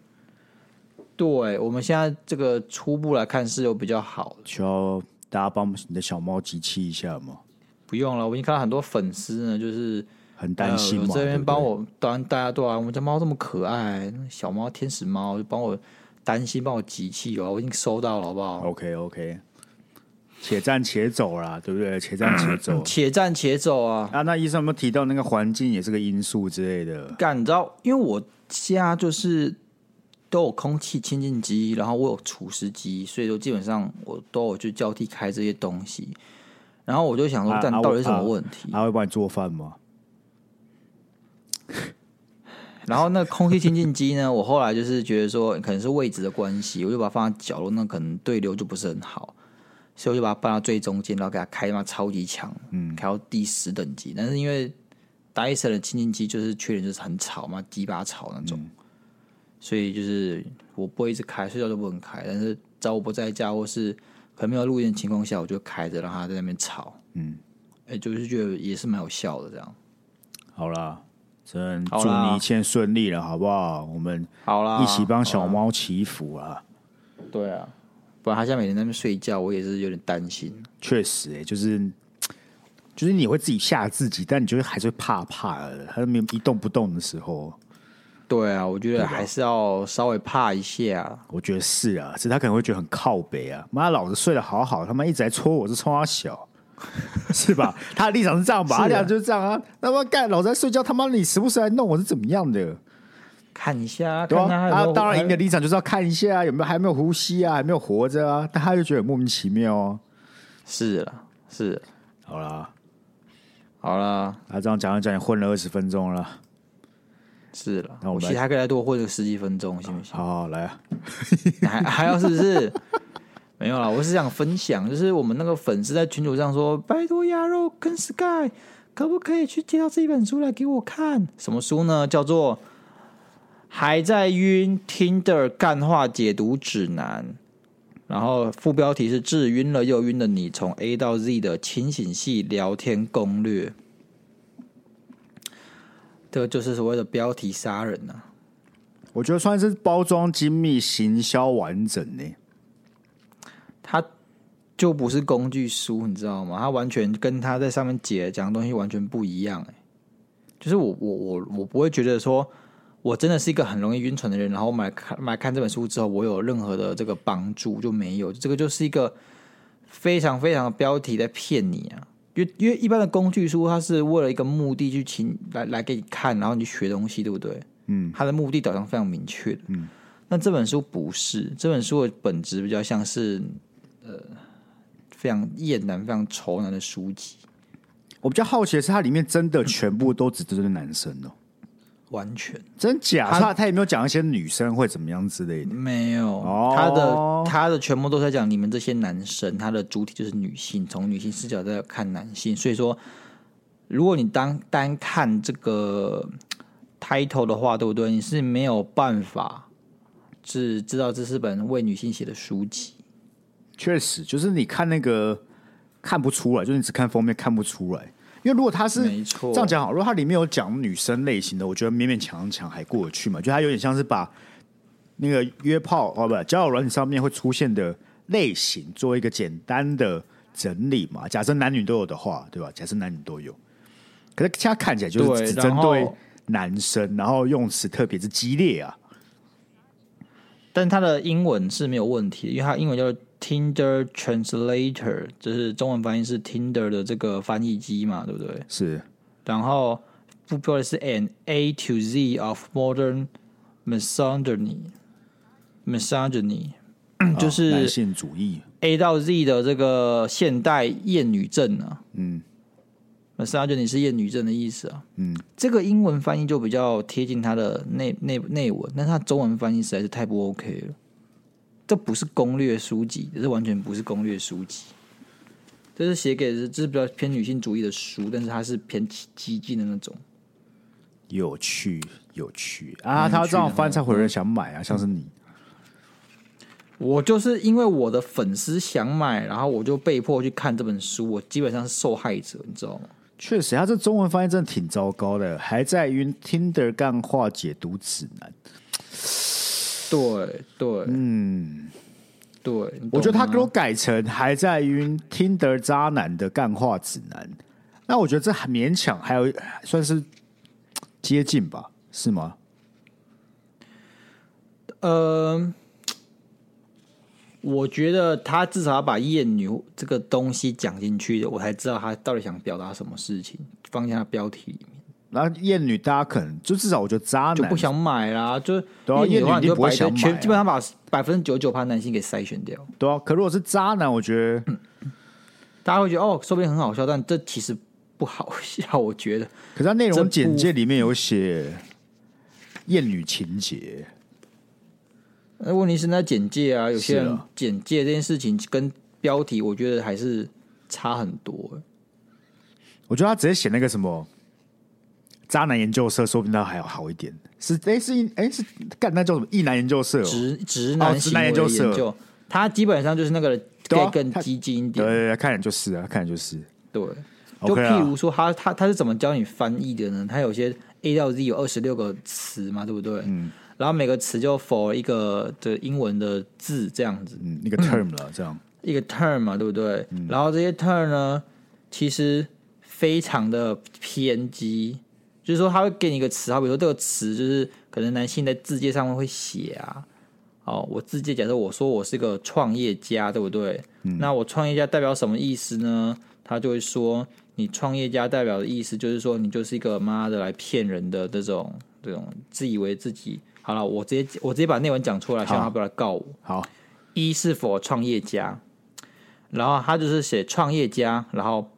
[SPEAKER 1] 对我们现在这个初步来看是有比较好的。
[SPEAKER 2] 需要大家帮你的小猫集气一下嘛，
[SPEAKER 1] 不用了，我已经看到很多粉丝呢，就是
[SPEAKER 2] 很担心嘛，
[SPEAKER 1] 呃、这
[SPEAKER 2] 对不
[SPEAKER 1] 边
[SPEAKER 2] 对
[SPEAKER 1] 帮我当大家对啊，我们家猫这么可爱，那小猫天使猫就帮我担心，帮我集气哦，我已经收到了，好不好？
[SPEAKER 2] OK OK，且战且走啦，对不对？且战 且走
[SPEAKER 1] 且战且走啊！
[SPEAKER 2] 啊！那医生有没有提到那个环境也是个因素之类的？
[SPEAKER 1] 干，你知道，因为我家就是都有空气清净机，然后我有除湿机，所以说基本上我都有去交替开这些东西。然后我就想说
[SPEAKER 2] 啊，
[SPEAKER 1] 但
[SPEAKER 2] 啊
[SPEAKER 1] 到底
[SPEAKER 2] 我
[SPEAKER 1] 是什么
[SPEAKER 2] 啊
[SPEAKER 1] 问题？
[SPEAKER 2] 他会帮你做饭吗？
[SPEAKER 1] 然后那个空气清净机呢，我后来就是觉得说，可能是位置的关系，我就把它放在角落，那可能对流就不是很好，所以我就把它搬到最中间，然后给它开嘛超级强，嗯，开到第十等级。但是因为戴森的清净机就是缺点就是很吵嘛，鸡巴吵那种，
[SPEAKER 2] 嗯
[SPEAKER 1] 所以就是我不会一直开，睡觉就不能开。但是只要我不在家或是可能没有录音的情况下，我就开着让它在那边吵，嗯，哎、就是觉得也是蛮有效的这样。
[SPEAKER 2] 好啦，真
[SPEAKER 1] 好
[SPEAKER 2] 祝
[SPEAKER 1] 啦
[SPEAKER 2] 你一切顺利了，好不好？我们
[SPEAKER 1] 好啦，
[SPEAKER 2] 一起帮
[SPEAKER 1] 好
[SPEAKER 2] 小
[SPEAKER 1] 啦
[SPEAKER 2] 猫祈福啊！
[SPEAKER 1] 对啊，不然他现在每天在那边睡觉，我也是有点担心。
[SPEAKER 2] 确实、欸，就是就是你会自己吓自己，但你就是还是会怕怕的。它没有一动不动的时候，
[SPEAKER 1] 对啊，我觉得还是要稍微怕一下。
[SPEAKER 2] 我觉得是啊，是他可能会觉得很靠北啊。妈，老子睡得好好，他妈一直在戳我，是冲他小，是吧？他的立场是这样吧？
[SPEAKER 1] 是啊
[SPEAKER 2] 他立场就是这样啊。他妈干，老子在睡觉，他妈你时不时来弄我是怎么样的，
[SPEAKER 1] 看一下，
[SPEAKER 2] 对吧、
[SPEAKER 1] 看他有没
[SPEAKER 2] 他
[SPEAKER 1] 有
[SPEAKER 2] 当然，
[SPEAKER 1] 还
[SPEAKER 2] 赢的立场就是要看一下有没有还没有呼吸啊，还没有活着啊，但他就觉得很莫名其妙哦、
[SPEAKER 1] 是了，是啦
[SPEAKER 2] 好啦，
[SPEAKER 1] 好啦，
[SPEAKER 2] 那这样讲一讲，也混了二十分钟了。
[SPEAKER 1] 是了。
[SPEAKER 2] 那我
[SPEAKER 1] 我
[SPEAKER 2] 们
[SPEAKER 1] 其
[SPEAKER 2] 来
[SPEAKER 1] 实还可以再多混个十几分钟，行不行？
[SPEAKER 2] 好好来啊，
[SPEAKER 1] 还还要是不是？没有啦，我是想分享，就是我们那个粉丝在群组上说，拜托鸭肉跟 Sky 可不可以去介绍这一本书来给我看？什么书呢？叫做《还在晕 Tinder 干话解读指南，然后副标题是“治晕了又晕的你：从 A 到 Z 的清醒系聊天攻略”。这个就是所谓的标题杀人呐、啊，
[SPEAKER 2] 我觉得算是包装精密、行销完整呢、
[SPEAKER 1] 它就不是工具书，你知道吗？它完全跟他在上面解讲的东西完全不一样、欸。就是我我我我不会觉得说我真的是一个很容易晕船的人，然后买看买看这本书之后，我有任何的这个帮助就没有。这个就是一个非常非常的标题在骗你啊！因为因为一般的工具书，它是为了一个目的去请来来给你看，然后你去学东西，对不对？
[SPEAKER 2] 嗯，
[SPEAKER 1] 它的目的导向非常明确的。嗯，那这本书不是，这本书的本质比较像是呃非常厌男、非常愁男的书籍，
[SPEAKER 2] 我比较好奇的是，它里面真的全部都只针对男生哦、
[SPEAKER 1] 完全
[SPEAKER 2] 真假？
[SPEAKER 1] 它
[SPEAKER 2] 他他有没有讲一些女生会怎么样之类的？
[SPEAKER 1] 没有
[SPEAKER 2] 哦。
[SPEAKER 1] 他的他的全部都在讲你们这些男生，他的主体就是女性，从女性视角在看男性，所以说。如果你单单看这个 title 的话，对不对？你是没有办法是知道这是本为女性写的书籍。
[SPEAKER 2] 确实，就是你看那个看不出来，就是你只看封面看不出来。因为如果它是
[SPEAKER 1] 没错
[SPEAKER 2] 这样讲好，如果它里面有讲女生类型的，我觉得勉勉强强还过得去嘛，就它有点像是把那个约炮哦不交友软体上面会出现的类型做一个简单的整理嘛。假设男女都有的话，对吧？假设男女都有，可是它看起来就
[SPEAKER 1] 对
[SPEAKER 2] 是只
[SPEAKER 1] 然
[SPEAKER 2] 针
[SPEAKER 1] 后
[SPEAKER 2] 对男生，然后用词特别之激烈啊。
[SPEAKER 1] 但它的英文是没有问题的，因为它英文叫做 Tinder Translator，就是中文翻译是 Tinder 的这个翻译机嘛，对不对？
[SPEAKER 2] 是
[SPEAKER 1] 然后副标题是 An A to Z of Modern Misogyny Misogyny，就嗯
[SPEAKER 2] 啊男
[SPEAKER 1] 是
[SPEAKER 2] 性主义
[SPEAKER 1] A 到 Z 的这个现代厌女症啊。
[SPEAKER 2] 嗯
[SPEAKER 1] ，misogyny 是厌女症的意思啊。
[SPEAKER 2] 嗯，
[SPEAKER 1] 这个英文翻译就比较贴近它的内内内文，但是它中文翻译实在是太不 OK 了。这不是攻略书籍，这完全不是攻略书籍。这是写给这是比较偏女性主义的书，但是它是偏激激进的那种。
[SPEAKER 2] 有趣，有趣啊！他这样翻才
[SPEAKER 1] 嗯
[SPEAKER 2] 回来想买啊，像是你，
[SPEAKER 1] 我就是因为我的粉丝想买，然后我就被迫去看这本书，我基本上是受害者，你知道吗？
[SPEAKER 2] 确实，他这中文翻译真的挺糟糕的，还在晕 Tinder 干话解读指南。
[SPEAKER 1] 对对，嗯，对，你懂
[SPEAKER 2] 我觉得他
[SPEAKER 1] 吗
[SPEAKER 2] 给我改成还在晕 Tinder 渣男的干话指南，那我觉得这还勉强还有算是接近吧，是吗？
[SPEAKER 1] 呃，我觉得他至少要把厌女这个东西讲进去，我才知道他到底想表达什么事情，放进他标题里面
[SPEAKER 2] 然后艳女大家可能就至少我觉得渣
[SPEAKER 1] 就
[SPEAKER 2] 男
[SPEAKER 1] 不想买啦。就是
[SPEAKER 2] 对啊
[SPEAKER 1] 厌女的
[SPEAKER 2] 厌
[SPEAKER 1] 话，你
[SPEAKER 2] 女一定
[SPEAKER 1] 就
[SPEAKER 2] 不会
[SPEAKER 1] 把一
[SPEAKER 2] 想
[SPEAKER 1] 堆
[SPEAKER 2] 买
[SPEAKER 1] 全
[SPEAKER 2] 啊
[SPEAKER 1] 基本上把百分之九九趴男性给筛选掉，
[SPEAKER 2] 对啊，可如果是渣男，我觉
[SPEAKER 1] 嗯
[SPEAKER 2] 得
[SPEAKER 1] 大家会觉得哦，说不定很好笑，但这其实不好笑，我觉得。
[SPEAKER 2] 可是它内
[SPEAKER 1] 这
[SPEAKER 2] 容
[SPEAKER 1] 部
[SPEAKER 2] 简介里面有写艳女情节，
[SPEAKER 1] 那呃问题是那简介啊，有些
[SPEAKER 2] 是
[SPEAKER 1] 人
[SPEAKER 2] 啊
[SPEAKER 1] 简介这件事情跟标题，我觉得还是差很多、
[SPEAKER 2] 我觉得他直接写那个什么渣男研究社，说不定他还要好一点。是哎、是一哎、是干那叫什么异男研究社、哦？
[SPEAKER 1] 直直男
[SPEAKER 2] 直
[SPEAKER 1] 行
[SPEAKER 2] 男
[SPEAKER 1] 为研
[SPEAKER 2] 研究社
[SPEAKER 1] 究，他基本上就是那个
[SPEAKER 2] 对啊
[SPEAKER 1] 更更
[SPEAKER 2] 他
[SPEAKER 1] 激进一
[SPEAKER 2] 对
[SPEAKER 1] 点，
[SPEAKER 2] 对对，看起来就是啊，看起来就是。
[SPEAKER 1] 对。就
[SPEAKER 2] OK 啊
[SPEAKER 1] 譬如说他，他他是怎么教你翻译的呢？他有些 A 到 Z 有二十六个词嘛，对不对？嗯。然后每个词就 for 一个的英文的字这样子，
[SPEAKER 2] 嗯，那个 term 了，这样
[SPEAKER 1] 一个 term 嘛，对不对？然后这些 term 呢，其实非常的偏激，就是说他会给你一个词，好比说这个词就是可能男性在字界上面会写啊。哦，我字界假设我说我是个创业家，对不对？那我创业家代表什么意思呢？他就会说，你创业家代表的意思就是说，你就是一个妈的来骗人的这种这种自以为自己。好了，我直接我直接把内文讲出来，希望他不要来告我。
[SPEAKER 2] 好，
[SPEAKER 1] 一是否创业家，然后他就是写创业家，然后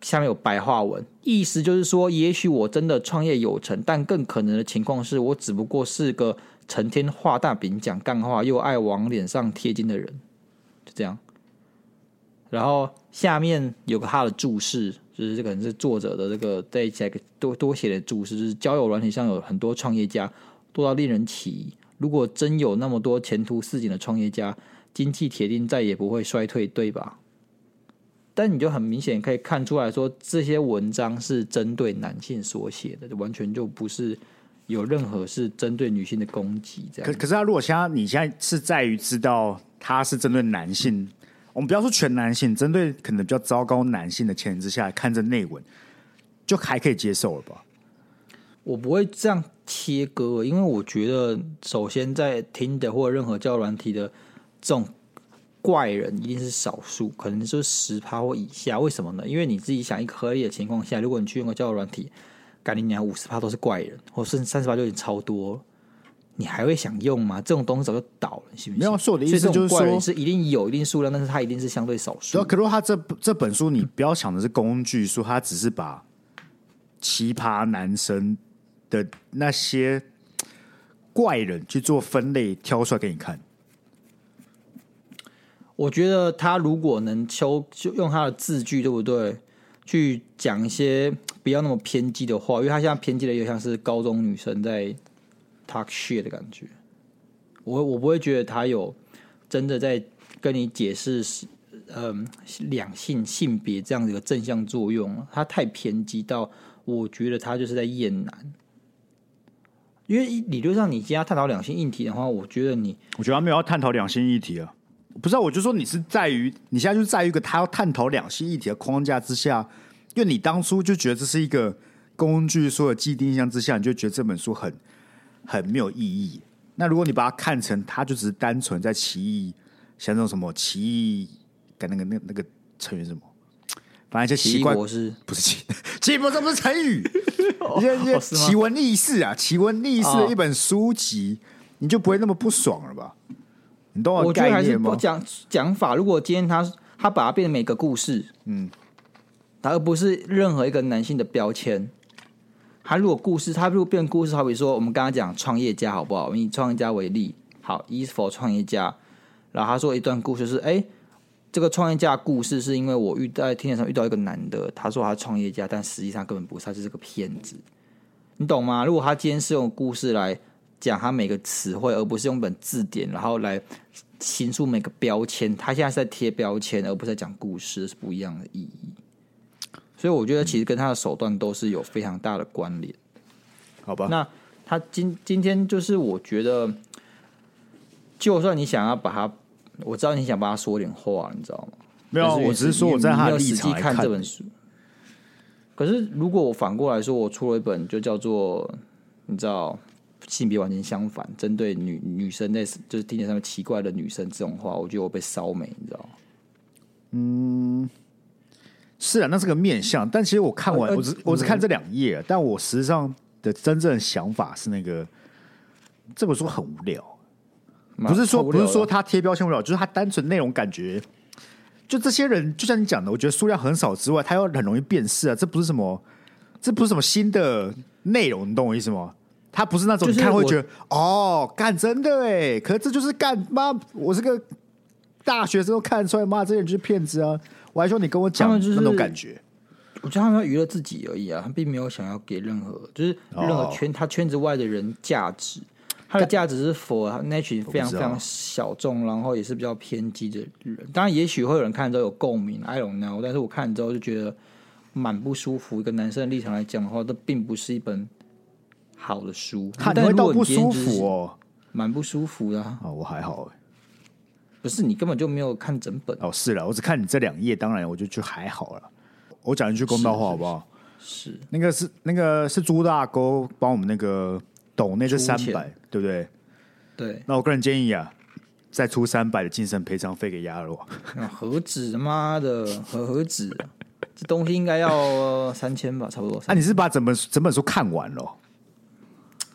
[SPEAKER 1] 下面有白话文，意思就是说，也许我真的创业有成，但更可能的情况是我只不过是个成天画大饼、讲干话又爱往脸上贴金的人，就这样。然后下面有个他的注释，就是这可能是作者的这个在一起来给多多写的注释，就是交友软体上有很多创业家，多到令人起疑。如果真有那么多前途似锦的创业家，经济铁定再也不会衰退，对吧？但你就很明显可以看出来说，这些文章是针对男性所写的，完全就不是有任何是针对女性的攻击。这
[SPEAKER 2] 可
[SPEAKER 1] 样
[SPEAKER 2] 可是他如果现在你现在是在于知道他是针对男性，我们不要说全男性，针对可能比较糟糕男性的前提之下，看这内文就还可以接受了吧？
[SPEAKER 1] 我不会这样切割，因为我觉得，首先在听的或任何教软体的这种怪人一定是少数，可能就是十趴或以下。为什么呢？因为你自己想一个合理的情况下，如果你去用个教软体，感觉你娘五十趴都是怪人，或甚至三十趴就已经超多了，你还会想用吗？这种东西早就倒了，你信不信？
[SPEAKER 2] 没有是我的意思
[SPEAKER 1] 所以这
[SPEAKER 2] 就
[SPEAKER 1] 种
[SPEAKER 2] 是说
[SPEAKER 1] 怪人是一定有一定数量，但是它一定是相对少
[SPEAKER 2] 对
[SPEAKER 1] 数
[SPEAKER 2] 啊，。可是他这这本书，你不要想的是工具书，他只是把奇葩男生的那些怪人去做分类挑出来给你看。
[SPEAKER 1] 我觉得他如果能修，就用他的字句，对不对？去讲一些不要那么偏激的话，因为他现在偏激的有点像是高中女生在 talk shit 的感觉。我我不会觉得他有真的在跟你解释是，嗯，两性性别这样的一个正向作用了。他太偏激到，我觉得他就是在厌男。因为理论上，你今天要探讨两性议题的话，我觉得你
[SPEAKER 2] 我觉得他没有要探讨两性议题啊，不是、啊，我就说你是在于你现在就是在于一个他要探讨两性议题的框架之下，因为你当初就觉得这是一个工具书的既定印象之下，你就觉得这本书很很没有意义。那如果你把它看成，它就只是单纯在歧义，像那种什么歧义，跟那个那个那个成语是什么，反正一些
[SPEAKER 1] 奇
[SPEAKER 2] 奇
[SPEAKER 1] 异
[SPEAKER 2] 怪
[SPEAKER 1] 博士
[SPEAKER 2] 不是 奇奇异博士不是成语，一些一 些
[SPEAKER 1] 哦是吗
[SPEAKER 2] 奇闻异事啊，奇闻异事的
[SPEAKER 1] 哦
[SPEAKER 2] 一本书籍，你就不会那么不爽了吧？你懂
[SPEAKER 1] 我
[SPEAKER 2] 的
[SPEAKER 1] 觉得
[SPEAKER 2] 概
[SPEAKER 1] 还是
[SPEAKER 2] 念
[SPEAKER 1] 不
[SPEAKER 2] 吗？
[SPEAKER 1] 讲讲法。如果今天他他把它变成每个故事，嗯，而不是任何一个男性的标签。他如果故事，他如果变成故事，好比说我们刚刚讲创业家好不好？以创业家为例，好，is for 创业家。然后他说一段故事是，哎、这个创业家的故事是因为我遇在天台上遇到一个男的，他说他是创业家，但实际上根本不是，他就是个骗子。你懂吗？如果他今天是用故事来讲他每个词汇，而不是用本字典，然后来形塑每个标签，他现在是在贴标签，而不是在讲故事，是不一样的意义。所以我觉得其实跟他的手段都是有非常大的关联。
[SPEAKER 2] 好吧，
[SPEAKER 1] 那他今今天就是我觉得，就算你想要把他，我知道你想把他说点话，你知道吗？
[SPEAKER 2] 没有啊，
[SPEAKER 1] 但
[SPEAKER 2] 我只是说我站在他
[SPEAKER 1] 没
[SPEAKER 2] 的
[SPEAKER 1] 有
[SPEAKER 2] 立
[SPEAKER 1] 实
[SPEAKER 2] 场
[SPEAKER 1] 际
[SPEAKER 2] 来
[SPEAKER 1] 看这本书。可是如果我反过来说，我出了一本就叫做你知道性别完全相反，针对女女生在就是听见上面奇怪的女生这种话，我觉得我被烧没，你知道吗？
[SPEAKER 2] 是啊，那是个面相，但其实我看完，
[SPEAKER 1] 呃
[SPEAKER 2] 我只我只看这两页，啊但我实际上的真正想法是那个这本书很无聊，
[SPEAKER 1] 蛮
[SPEAKER 2] 不是说
[SPEAKER 1] 无
[SPEAKER 2] 不
[SPEAKER 1] 聊的啊
[SPEAKER 2] 是说他贴标签无聊，就是他单纯内容感觉，就这些人，就像你讲的，我觉得数量很少之外，他又很容易辨识啊，这不是什么，这不是什么新的内容，你懂我意思吗？他不是那种
[SPEAKER 1] 就
[SPEAKER 2] 你
[SPEAKER 1] 是
[SPEAKER 2] 看会
[SPEAKER 1] 我
[SPEAKER 2] 觉得哦，干真的哎，可是这就是干妈，我是个大学生都看得出来，妈这些人就是骗子啊！我还说你跟我讲
[SPEAKER 1] 他们就是
[SPEAKER 2] 那种感觉，
[SPEAKER 1] 我觉得他们要娱乐自己而已啊，他并没有想要给任何就是
[SPEAKER 2] 哦
[SPEAKER 1] 任何圈、他圈子外的人价值，他的价值是否那群非常
[SPEAKER 2] 我不知
[SPEAKER 1] 非
[SPEAKER 2] 道
[SPEAKER 1] 常小众，然后也是比较偏激的人。当然，也许会有人看之后有共鸣，I don't know。但是我看之后就觉得蛮不舒服。一个男生的立场来讲的话，这并不是一本好的书，
[SPEAKER 2] 看你
[SPEAKER 1] 但
[SPEAKER 2] 会
[SPEAKER 1] 如
[SPEAKER 2] 到
[SPEAKER 1] 果
[SPEAKER 2] 不
[SPEAKER 1] 你今天
[SPEAKER 2] 舒
[SPEAKER 1] 只是
[SPEAKER 2] 服，哦。
[SPEAKER 1] 蛮不舒服的、啊。
[SPEAKER 2] 哦，我还好哎。
[SPEAKER 1] 不是你根本就没有看整本，
[SPEAKER 2] 哦，是了，我只看你这两页，当然我就觉得还好了。我讲一句公道话好不好？
[SPEAKER 1] 是
[SPEAKER 2] 那个是那个是朱大哥帮我们那个懂那这
[SPEAKER 1] 出
[SPEAKER 2] 三百
[SPEAKER 1] 钱，
[SPEAKER 2] 对不对？
[SPEAKER 1] 对，
[SPEAKER 2] 那我个人建议啊，再出三百的精神赔偿费给鸭肉。
[SPEAKER 1] 啊何止妈的何何止啊、这东西应该要三千吧，差不多。
[SPEAKER 2] 啊，你是把整本整本书看完了哦，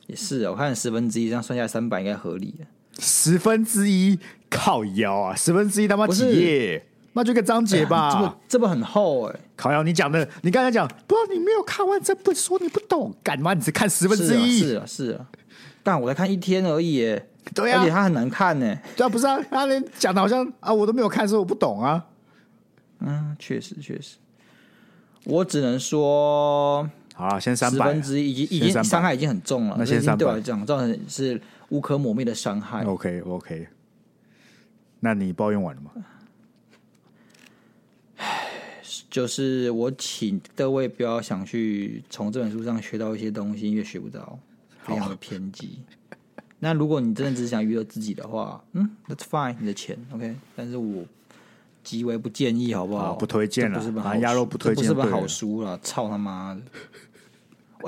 [SPEAKER 1] 也是啊，我看十分之一，这样算下来三百应该合理啊。
[SPEAKER 2] 十分之一靠腰啊，十分之一他妈
[SPEAKER 1] 不
[SPEAKER 2] 几
[SPEAKER 1] 是哎
[SPEAKER 2] 页？那就个章节
[SPEAKER 1] 这
[SPEAKER 2] 吧
[SPEAKER 1] 本。这本很厚哎、
[SPEAKER 2] 靠腰，你讲的，你刚才讲，不，你没有看完这本书，你不懂，干嘛？你只看十分
[SPEAKER 1] 是
[SPEAKER 2] 之
[SPEAKER 1] 啊
[SPEAKER 2] 一，
[SPEAKER 1] 是啊是啊，但我才看一天而已哎、
[SPEAKER 2] 对啊
[SPEAKER 1] 而且它很难看欸呢、
[SPEAKER 2] 对啊，不是啊，他连讲的好像啊，我都没有看，所以我不懂啊。
[SPEAKER 1] 嗯，确实确实，我只能说
[SPEAKER 2] 好了，先三
[SPEAKER 1] 十
[SPEAKER 2] 百，啊
[SPEAKER 1] 分之一已经已
[SPEAKER 2] 先
[SPEAKER 1] 经
[SPEAKER 2] 300
[SPEAKER 1] 伤害已经很重了，
[SPEAKER 2] 那
[SPEAKER 1] 这已
[SPEAKER 2] 先
[SPEAKER 1] 经对我
[SPEAKER 2] 300
[SPEAKER 1] 来讲造成是无可磨灭的伤害。
[SPEAKER 2] OK OK，那你抱怨完了吗？
[SPEAKER 1] 就是我请各位不要想去从这本书上学到一些东西，因为学不到，非常的偏激。那如果你真的只是想娱乐自己的话，嗯，That's fine，你的钱 OK，但是我极为不建议，好不好？
[SPEAKER 2] 啊不推荐
[SPEAKER 1] 这
[SPEAKER 2] 啦
[SPEAKER 1] 不是本
[SPEAKER 2] 啊
[SPEAKER 1] 好书，
[SPEAKER 2] 鸭肉不推荐
[SPEAKER 1] 这不是
[SPEAKER 2] 就
[SPEAKER 1] 本
[SPEAKER 2] 对
[SPEAKER 1] 好
[SPEAKER 2] 了
[SPEAKER 1] 书了，操他妈的！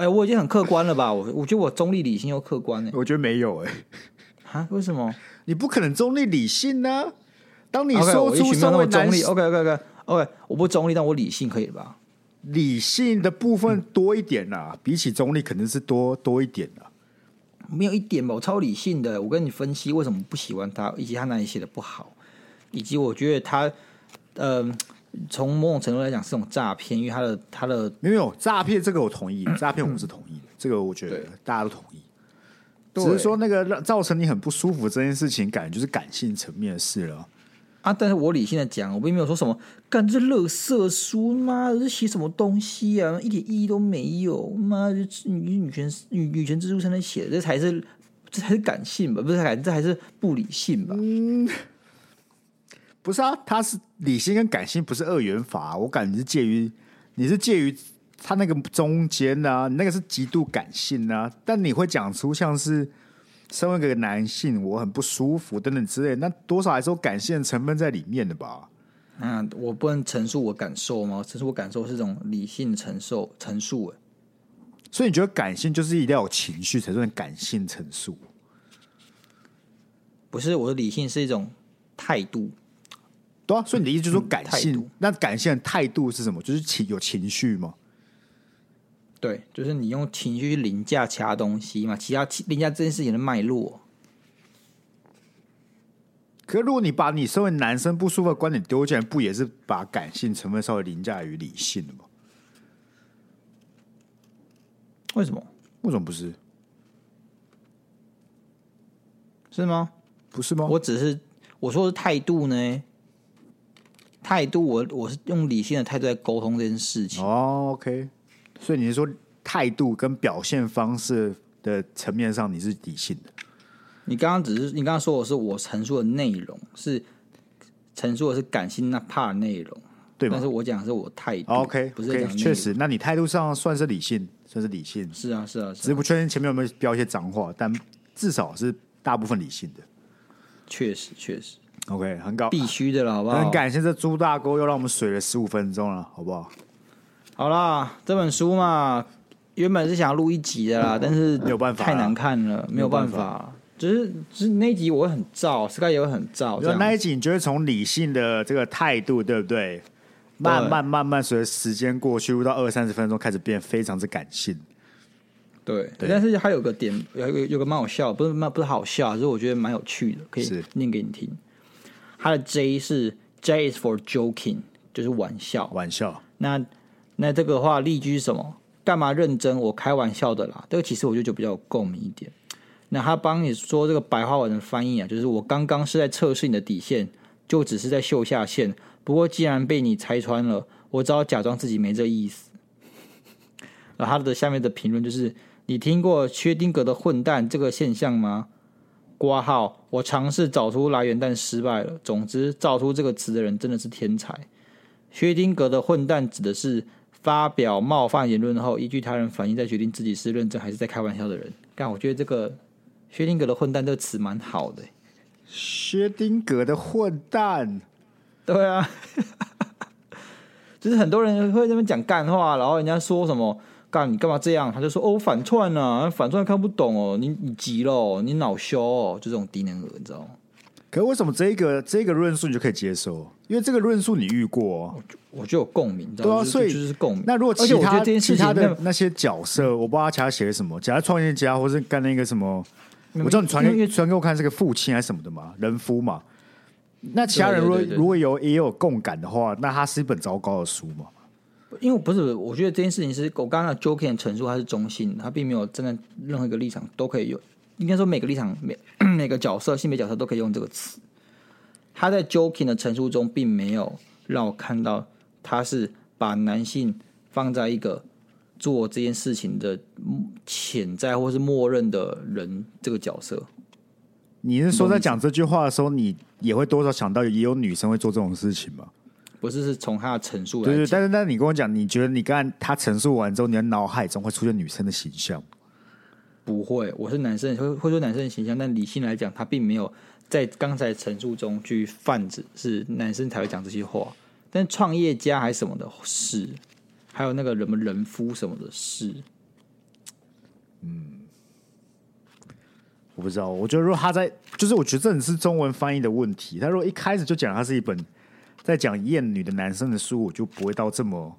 [SPEAKER 1] 哎、我已经很客观了吧？我我觉得我中立、理性又客观呢、
[SPEAKER 2] 我觉得没有哎、
[SPEAKER 1] 啊，为什么？
[SPEAKER 2] 你不可能中立理性呢、当你
[SPEAKER 1] OK，
[SPEAKER 2] 说
[SPEAKER 1] 我也
[SPEAKER 2] 出
[SPEAKER 1] 许没有
[SPEAKER 2] 身
[SPEAKER 1] 那
[SPEAKER 2] 为
[SPEAKER 1] 么
[SPEAKER 2] 男
[SPEAKER 1] 中立。OK 哦 OK OK OK，我不中立，但我理性可以吧？
[SPEAKER 2] 理性的部分多一点啦、比起中立肯定是多多一点啊啦、
[SPEAKER 1] 没有一点吧，我超理性的。我跟你分析为什么不喜欢他，以及他哪里写的不好，以及我觉得他，嗯、从某种程度来讲是种诈骗，因为他的他的
[SPEAKER 2] 没有诈骗这个我 同意，诈骗我是同意的，这个我觉得
[SPEAKER 1] 对
[SPEAKER 2] 大家都同意。只
[SPEAKER 1] 对
[SPEAKER 2] 是说那个让造成你很不舒服这件事情，感觉就是感性层面的事了。
[SPEAKER 1] 啊，但是我理性的讲，我并没有说什么，干这乐色书，妈的，这写什么东西啊，一点意义都没有，妈的，这女女权女女权之助才能写的，这才是这才是感性吧，不是感，这还是不理性吧？
[SPEAKER 2] 不是啊，他是理性跟感性不是二元法、啊我感觉是介于你是介于他那个中间啊，你那个是极度感性啊，但你会讲出像是身为一个男性我很不舒服等等之类，那多少还是有感性的成分在里面的吧？
[SPEAKER 1] 嗯，我不能陈述我感受吗？陈述我感受是一种理性的陈述陈述、欸。
[SPEAKER 2] 所以你觉得感性就是一定要有情绪才算感性陈述？
[SPEAKER 1] 不是我的理性是一种态度，
[SPEAKER 2] 对啊，所以你的意思就是说
[SPEAKER 1] 嗯
[SPEAKER 2] 感
[SPEAKER 1] 态
[SPEAKER 2] 性，
[SPEAKER 1] 度
[SPEAKER 2] 那感性的态度是什么？就是情有情绪吗？
[SPEAKER 1] 对，就是你用情绪去凌驾其他东西嘛，其他其凌驾这件事情的脉络。
[SPEAKER 2] 可如果你把你身为男生不舒服的观点丢进来，不也是把感性成分稍微凌驾于理性的吗？
[SPEAKER 1] 为什么？
[SPEAKER 2] 为什么不是？
[SPEAKER 1] 是吗？
[SPEAKER 2] 不是吗？
[SPEAKER 1] 我只是我说的是态度呢，态度我我是用理性的态度在沟通这件事情。
[SPEAKER 2] 哦，OK，所以你是说态度跟表现方式的层面上你是理性的？
[SPEAKER 1] 你刚刚只是你刚刚说我是我陈述的内容是陈述的是感性那 part 的内容，
[SPEAKER 2] 对吗
[SPEAKER 1] 但是我讲的是我态度、
[SPEAKER 2] 哦？OK，
[SPEAKER 1] 不是在讲
[SPEAKER 2] OK，
[SPEAKER 1] 内
[SPEAKER 2] 确
[SPEAKER 1] 容
[SPEAKER 2] 实，那你态度上算是理性，算是理性，
[SPEAKER 1] 是啊是啊
[SPEAKER 2] 只
[SPEAKER 1] 是
[SPEAKER 2] 是
[SPEAKER 1] 啊，
[SPEAKER 2] 不确定前面有没有标一些脏话，但至少是大部分理性的。
[SPEAKER 1] 确实确实
[SPEAKER 2] OK，很高，
[SPEAKER 1] 必须的了，好不好？
[SPEAKER 2] 很感谢这猪大哥又让我们水了十五分钟了，好不好？
[SPEAKER 1] 好啦，这本书嘛，原本是想录一集的啦，但是
[SPEAKER 2] 嗯没有办法啊啦
[SPEAKER 1] 太难看了，没有办法。只是只是那一集我会很燥，Sky 也会很燥，这
[SPEAKER 2] 就
[SPEAKER 1] 样
[SPEAKER 2] 那一集，你就会从理性的这个态度，对不对？慢慢慢慢，随着时间过去，到二三十分钟开始变非常之感性。
[SPEAKER 1] 对。
[SPEAKER 2] 对
[SPEAKER 1] 但是还有个点，有一个有个蛮好笑，不是蛮不是好笑，就是我觉得蛮有趣的，可以
[SPEAKER 2] 是
[SPEAKER 1] 念给你听。它的 J 是 J is for joking，就是玩笑。
[SPEAKER 2] 玩笑，
[SPEAKER 1] 那那这个的话，例句是什么？干嘛认真？我开玩笑的啦。这个其实我觉得就比较有共鸣一点。那他帮你说这个白话文的翻译啊，就是我刚刚是在测试你的底线，就只是在秀下限。不过既然被你拆穿了，我只好假装自己没这意思。然后他的下面的评论就是：你听过薛丁格的混蛋这个现象吗？挂号，我尝试找出来源，但失败了。总之，造出这个词的人真的是天才。薛丁格的混蛋指的是发表冒犯言论后，依据他人反应再决定自己是认真还是在开玩笑的人。但我觉得这个薛丁格的混蛋这个词蛮好的欸、
[SPEAKER 2] 薛丁格的混蛋，
[SPEAKER 1] 对啊， 就是很多人会在那边讲干话，然后人家说什么“干你干嘛这样”，他就说“哦，我反串啊，反串看不懂哦，你你急了哦，你恼羞哦”，就这种低能儿，你知道吗？
[SPEAKER 2] 可为什么这一个这一个论述你就可以接受？因为这个论述你遇过、哦。
[SPEAKER 1] 我就有共鸣，你知道
[SPEAKER 2] 对
[SPEAKER 1] 吗？
[SPEAKER 2] 啊，
[SPEAKER 1] 就是
[SPEAKER 2] 所以
[SPEAKER 1] 就是共鸣。
[SPEAKER 2] 那如果
[SPEAKER 1] 而且
[SPEAKER 2] 其
[SPEAKER 1] 我觉得
[SPEAKER 2] 他
[SPEAKER 1] 这件事
[SPEAKER 2] 其
[SPEAKER 1] 情
[SPEAKER 2] 他
[SPEAKER 1] 那
[SPEAKER 2] 的那些角色，我不知道他其他写的什么，假如创业家或是干那个什么，我知道你传
[SPEAKER 1] 因为
[SPEAKER 2] 给传给我看是个父亲还是什么的嘛，人夫嘛。那其他人如果
[SPEAKER 1] 对对对对
[SPEAKER 2] 如果有也有共感的话，那它是一本糟糕的书嘛？
[SPEAKER 1] 因为不是，我觉得这件事情是我刚刚的 Joking 的陈述，它是中性的，它并没有站在任何一个立场都可以用。应该说每个立场、每 每个角色、性别角色都可以用这个词。他在 Joking 的陈述中，并没有让我看到他是把男性放在一个做这件事情的嗯潜在或是默认的人这个角色。
[SPEAKER 2] 你是
[SPEAKER 1] 嗯
[SPEAKER 2] 说在讲这句话的时候，你也会多少想到也有女生会做这种事情吗？
[SPEAKER 1] 不是是从他的陈述来
[SPEAKER 2] 对
[SPEAKER 1] 讲，
[SPEAKER 2] 对，但是但是你跟我讲，你觉得你刚才他陈述完之后，你的脑海中会出现女生的形象？
[SPEAKER 1] 不会，我是男生，会会说男生的形象，但理性来讲，他并没有在刚才陈述中去泛指是男生才会讲这些话，但创业家还什么的是，还有那个什么人夫什么的是，
[SPEAKER 2] 我不知道，我觉得如果他在，就是我觉得这只是中文翻译的问题。他如果一开始就讲他是一本在讲厌女的男生的书，我就不会到这么。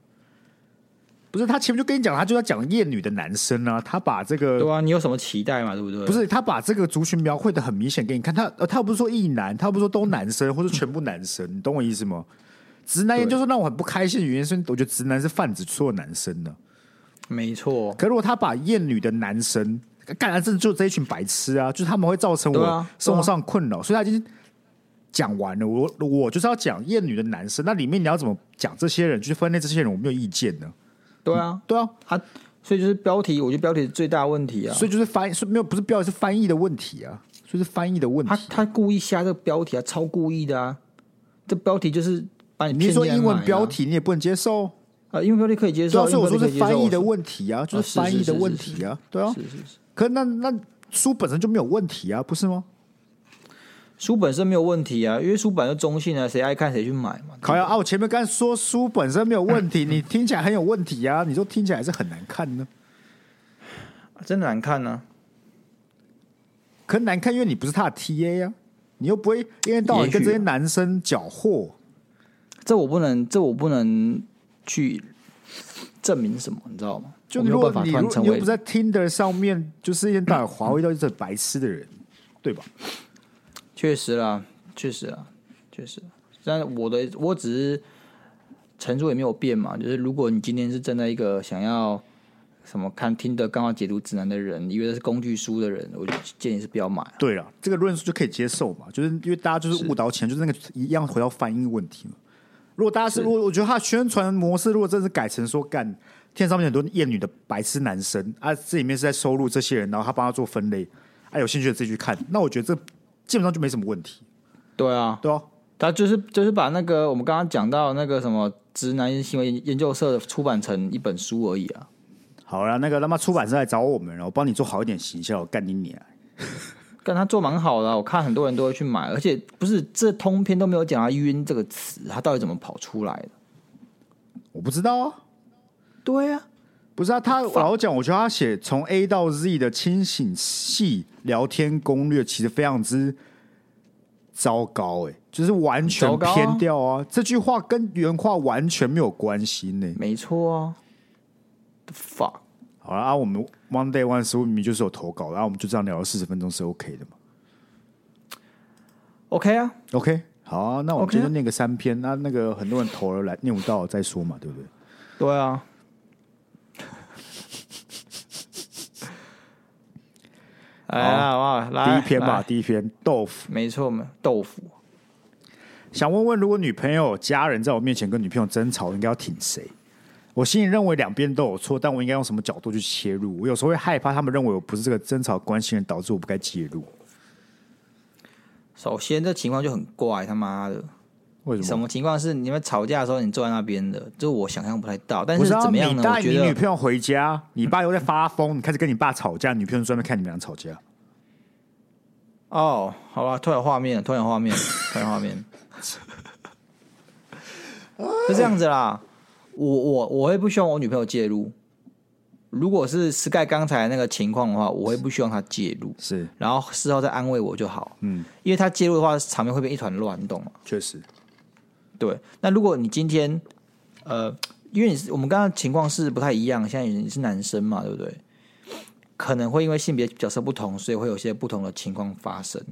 [SPEAKER 2] 不是他前面就跟你讲，他就要讲厌女的男生啊，他把这个
[SPEAKER 1] 对啊，你有什么期待嘛？对不对？
[SPEAKER 2] 不，是他把这个族群描绘的很明显给你看，他呃他又不是说一男，他又不是说都男生或者全部男生，你懂我意思吗？直男研究是让我很不开心的原因，是我觉得直男是泛指所有男生的。
[SPEAKER 1] 没错，
[SPEAKER 2] 可如果他把厌女的男生，干然这就这一群白痴啊，就是他们会造成
[SPEAKER 1] 对
[SPEAKER 2] 我
[SPEAKER 1] 啊
[SPEAKER 2] 生活上困扰，所以他已经讲完了。我我就是要讲厌女的男生，那里面你要怎么讲这些人，去分类这些人，我没有意见呢。
[SPEAKER 1] 对啊，
[SPEAKER 2] 对啊，
[SPEAKER 1] 他所以就是标题，我觉得标题是最大的问题啊。
[SPEAKER 2] 所以就是翻，所以没有不是标题是翻译的问题啊，所以是翻译的问题
[SPEAKER 1] 他。他故意下这个标题啊，超故意的啊！这标题就是把你
[SPEAKER 2] 你
[SPEAKER 1] 骗
[SPEAKER 2] 说
[SPEAKER 1] 进来
[SPEAKER 2] 英文
[SPEAKER 1] 买啊
[SPEAKER 2] 标题你也不能接受，
[SPEAKER 1] 啊，英文标题可以接
[SPEAKER 2] 对
[SPEAKER 1] 受，
[SPEAKER 2] 啊，所以我
[SPEAKER 1] 英文
[SPEAKER 2] 说
[SPEAKER 1] 标题可
[SPEAKER 2] 是
[SPEAKER 1] 以接受
[SPEAKER 2] 翻译的
[SPEAKER 1] 我
[SPEAKER 2] 问题啊，就
[SPEAKER 1] 啊
[SPEAKER 2] 是
[SPEAKER 1] 是
[SPEAKER 2] 翻
[SPEAKER 1] 是
[SPEAKER 2] 译的
[SPEAKER 1] 是
[SPEAKER 2] 问
[SPEAKER 1] 是
[SPEAKER 2] 题啊，对啊。
[SPEAKER 1] 是是是，
[SPEAKER 2] 可那那书本身就没有问题啊，不是吗？
[SPEAKER 1] 书本身没有问题啊，因为书本身中性啊，谁爱看谁去买嘛。
[SPEAKER 2] 烤鸭啊，我前面刚才说书本身没有问题，你听起来很有问题啊，你就听起来还是很难看呢。
[SPEAKER 1] 真的难看啊呢、
[SPEAKER 2] 可难看，因为你不是他的 TA 啊，你又不会一天到晚跟这些男生搅和。
[SPEAKER 1] 这我不能，这我不能去证明什么，你知道吗？
[SPEAKER 2] 就
[SPEAKER 1] 我没
[SPEAKER 2] 如
[SPEAKER 1] 有
[SPEAKER 2] 果
[SPEAKER 1] 办法
[SPEAKER 2] 你
[SPEAKER 1] 突
[SPEAKER 2] 如
[SPEAKER 1] 然
[SPEAKER 2] 果
[SPEAKER 1] 成
[SPEAKER 2] 你又
[SPEAKER 1] 为
[SPEAKER 2] 不在 Tinder 上面，就是一天到晚滑回到一种白痴的人，对吧？
[SPEAKER 1] 确实啦，确实啦，确实啦。但我的我只是陈述也没有变嘛，就是如果你今天是站在一个想要什么看听的刚好解读指南的人，以为是工具书的人，我就建议是不要买啊。
[SPEAKER 2] 对了，这个论述就可以接受嘛，就是因为大家就是误导前，就是那个一样回到翻译问题嘛。如果大家是，如果我觉得他的宣传模式如果真是改成说干天上面很多厌女的白痴男生啊，这里面是在收录这些人，然后他帮他做分类，啊，有兴趣的自己去看，那我觉得这基本上就没什么问题，
[SPEAKER 1] 对啊，
[SPEAKER 2] 对吧、哦
[SPEAKER 1] 他就是就是把那个我们刚刚讲到那个什么直男行为研究社的出版成一本书而已啊。
[SPEAKER 2] 好了，那个他妈出版社来找我们了，我帮你做好一点行销，干你娘！
[SPEAKER 1] 但他做蛮好的啊、我看很多人都会去买，而且不是这通篇都没有讲他晕这个词，他到底怎么跑出来的？
[SPEAKER 2] 我不知道啊，
[SPEAKER 1] 对啊，
[SPEAKER 2] 不是啊，他老讲，我觉得他写从 A 到 Z 的清醒系聊天攻略，其实非常之糟糕、欸，哎，就是完全
[SPEAKER 1] 糟糕啊
[SPEAKER 2] 偏掉啊。这句话跟原话完全没有关系呢、
[SPEAKER 1] 没错啊。The fuck。
[SPEAKER 2] 好了啊，我们 One Day One 十五明明就是有投稿，然后我们就这样聊了四十分钟是 OK 的嘛
[SPEAKER 1] OK 啊，
[SPEAKER 2] ？OK，好啊，那我们
[SPEAKER 1] OK 啊
[SPEAKER 2] 今天就念个三篇，那、那个很多人投了来念不到再说嘛，对不对？
[SPEAKER 1] 对啊，来啊，好不好？来
[SPEAKER 2] 第一篇吧，
[SPEAKER 1] 来
[SPEAKER 2] 第一篇豆腐，
[SPEAKER 1] 没错，没豆腐。
[SPEAKER 2] 想问问，如果女朋友、家人在我面前跟女朋友争吵，我应该要挺谁？我心里认为两边都有错，但我应该用什么角度去切入？我有时候会害怕他们认为我不是这个争吵关系人，导致我不该介入。
[SPEAKER 1] 首先，这情况就很怪，他妈的，
[SPEAKER 2] 为什
[SPEAKER 1] 什
[SPEAKER 2] 么？
[SPEAKER 1] 么情况是你们吵架的时候你坐在那边的？这我想象不太到，但
[SPEAKER 2] 不
[SPEAKER 1] 是
[SPEAKER 2] 是啊
[SPEAKER 1] 怎么样
[SPEAKER 2] 你
[SPEAKER 1] 呢？
[SPEAKER 2] 带
[SPEAKER 1] 我
[SPEAKER 2] 你
[SPEAKER 1] 觉
[SPEAKER 2] 女
[SPEAKER 1] 得
[SPEAKER 2] 朋友回家，你爸又在发疯，你开始跟你爸吵架，女朋友专门看你们俩吵架，
[SPEAKER 1] 哦，好吧，突然有画面了，突然有画面了，突然有画面了， 是这样子啦。我我我会不希望我女朋友介入。如果是 Sky 刚才那个情况的话，我会不希望她介入。
[SPEAKER 2] 是
[SPEAKER 1] 然后事后再安慰我就好。嗯，因为他介入的话，场面会变一团乱，你懂吗？
[SPEAKER 2] 确实
[SPEAKER 1] 对。那如果你今天，呃，因为你是我们刚刚情况是不太一样，现在你是男生嘛，对不对？可能会因为性别角色不同，所以会有些不同的情况发生。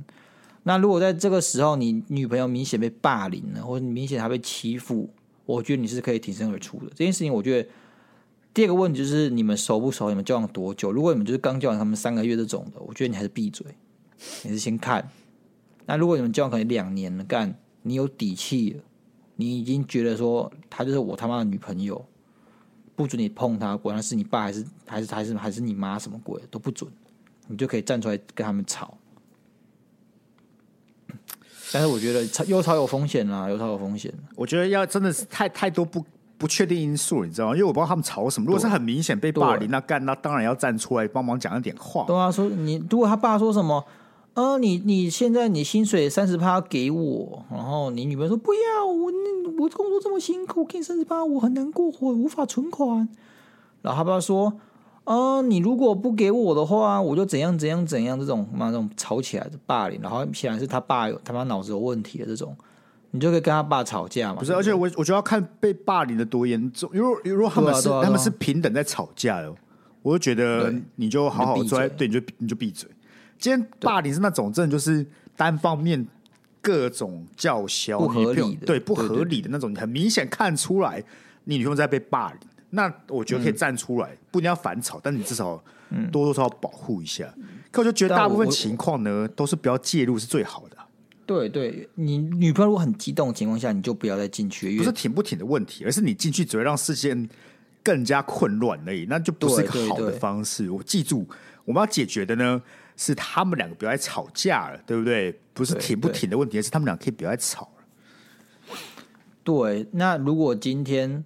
[SPEAKER 1] 那如果在这个时候，你女朋友明显被霸凌了，或者你明显她被欺负，我觉得你是可以挺身而出的。这件事情，我觉得第二个问题就是你们熟不熟，你们交往多久？如果你们就是刚交往他们三个月这种的，我觉得你还是闭嘴，你是先看。那如果你们交往可能两年了，干你有底气了，你已经觉得说她就是我他妈的女朋友，不准你碰他，管他是你爸还是还是还是还是你妈什么鬼都不准，你就可以站出来跟他们吵。但是我觉得吵有吵有风险啦，有吵有风险。
[SPEAKER 2] 我觉得要真的是太太多不不确定因素，你知道吗？因为我不知道他们吵什么。如果是很明显被霸凌，那干那当然要站出来帮忙讲一点话。
[SPEAKER 1] 对啊，说你如果他爸说什么，呃，你你现在你薪水三十趴给我，然后你女朋友说不要，我那我工作这么辛苦，给你三十趴，我很难过，我无法存款。然后他爸说，呃，你如果不给我的话，我就怎样怎样怎样，这种妈这种吵起来的霸凌，然后显然是他爸有他妈脑子有问题的这种，你就可以跟他爸吵架嘛。
[SPEAKER 2] 不是，而且我我觉得要看被霸凌的多严重。如果如果他们是、
[SPEAKER 1] 对啊对啊对啊
[SPEAKER 2] 他们是平等在吵架的，我就觉得
[SPEAKER 1] 对
[SPEAKER 2] 你就好好
[SPEAKER 1] 你就闭
[SPEAKER 2] 坐在，
[SPEAKER 1] 嘴
[SPEAKER 2] 对，你就你就闭嘴。今天霸凌是那种真的就是单方面各种叫嚣，
[SPEAKER 1] 不合
[SPEAKER 2] 你朋友
[SPEAKER 1] 理的
[SPEAKER 2] 对不
[SPEAKER 1] 对对
[SPEAKER 2] 合理的那种，你很明显看出来你女朋友在被霸凌。那我觉得可以
[SPEAKER 1] 嗯
[SPEAKER 2] 站出来，不一定要反吵，但你至少多多少少保护一下。可我就觉得
[SPEAKER 1] 但
[SPEAKER 2] 大部分
[SPEAKER 1] 我
[SPEAKER 2] 情况呢，都是不要介入是最好的啊、
[SPEAKER 1] 对对，你女朋友如果很激动的情况下，你就不要再进去，因
[SPEAKER 2] 不
[SPEAKER 1] 为
[SPEAKER 2] 是挺不挺的问题，而是你进去只会让事件更加混乱而已，那就不是
[SPEAKER 1] 对
[SPEAKER 2] 一个
[SPEAKER 1] 对
[SPEAKER 2] 好的
[SPEAKER 1] 对
[SPEAKER 2] 方式。我记住，我们要解决的呢是他们两个不要再吵架了，对不对？不是
[SPEAKER 1] 对
[SPEAKER 2] 挺不
[SPEAKER 1] 对
[SPEAKER 2] 挺的问题，而是他们俩可以不要再吵了。
[SPEAKER 1] 对，那如果今天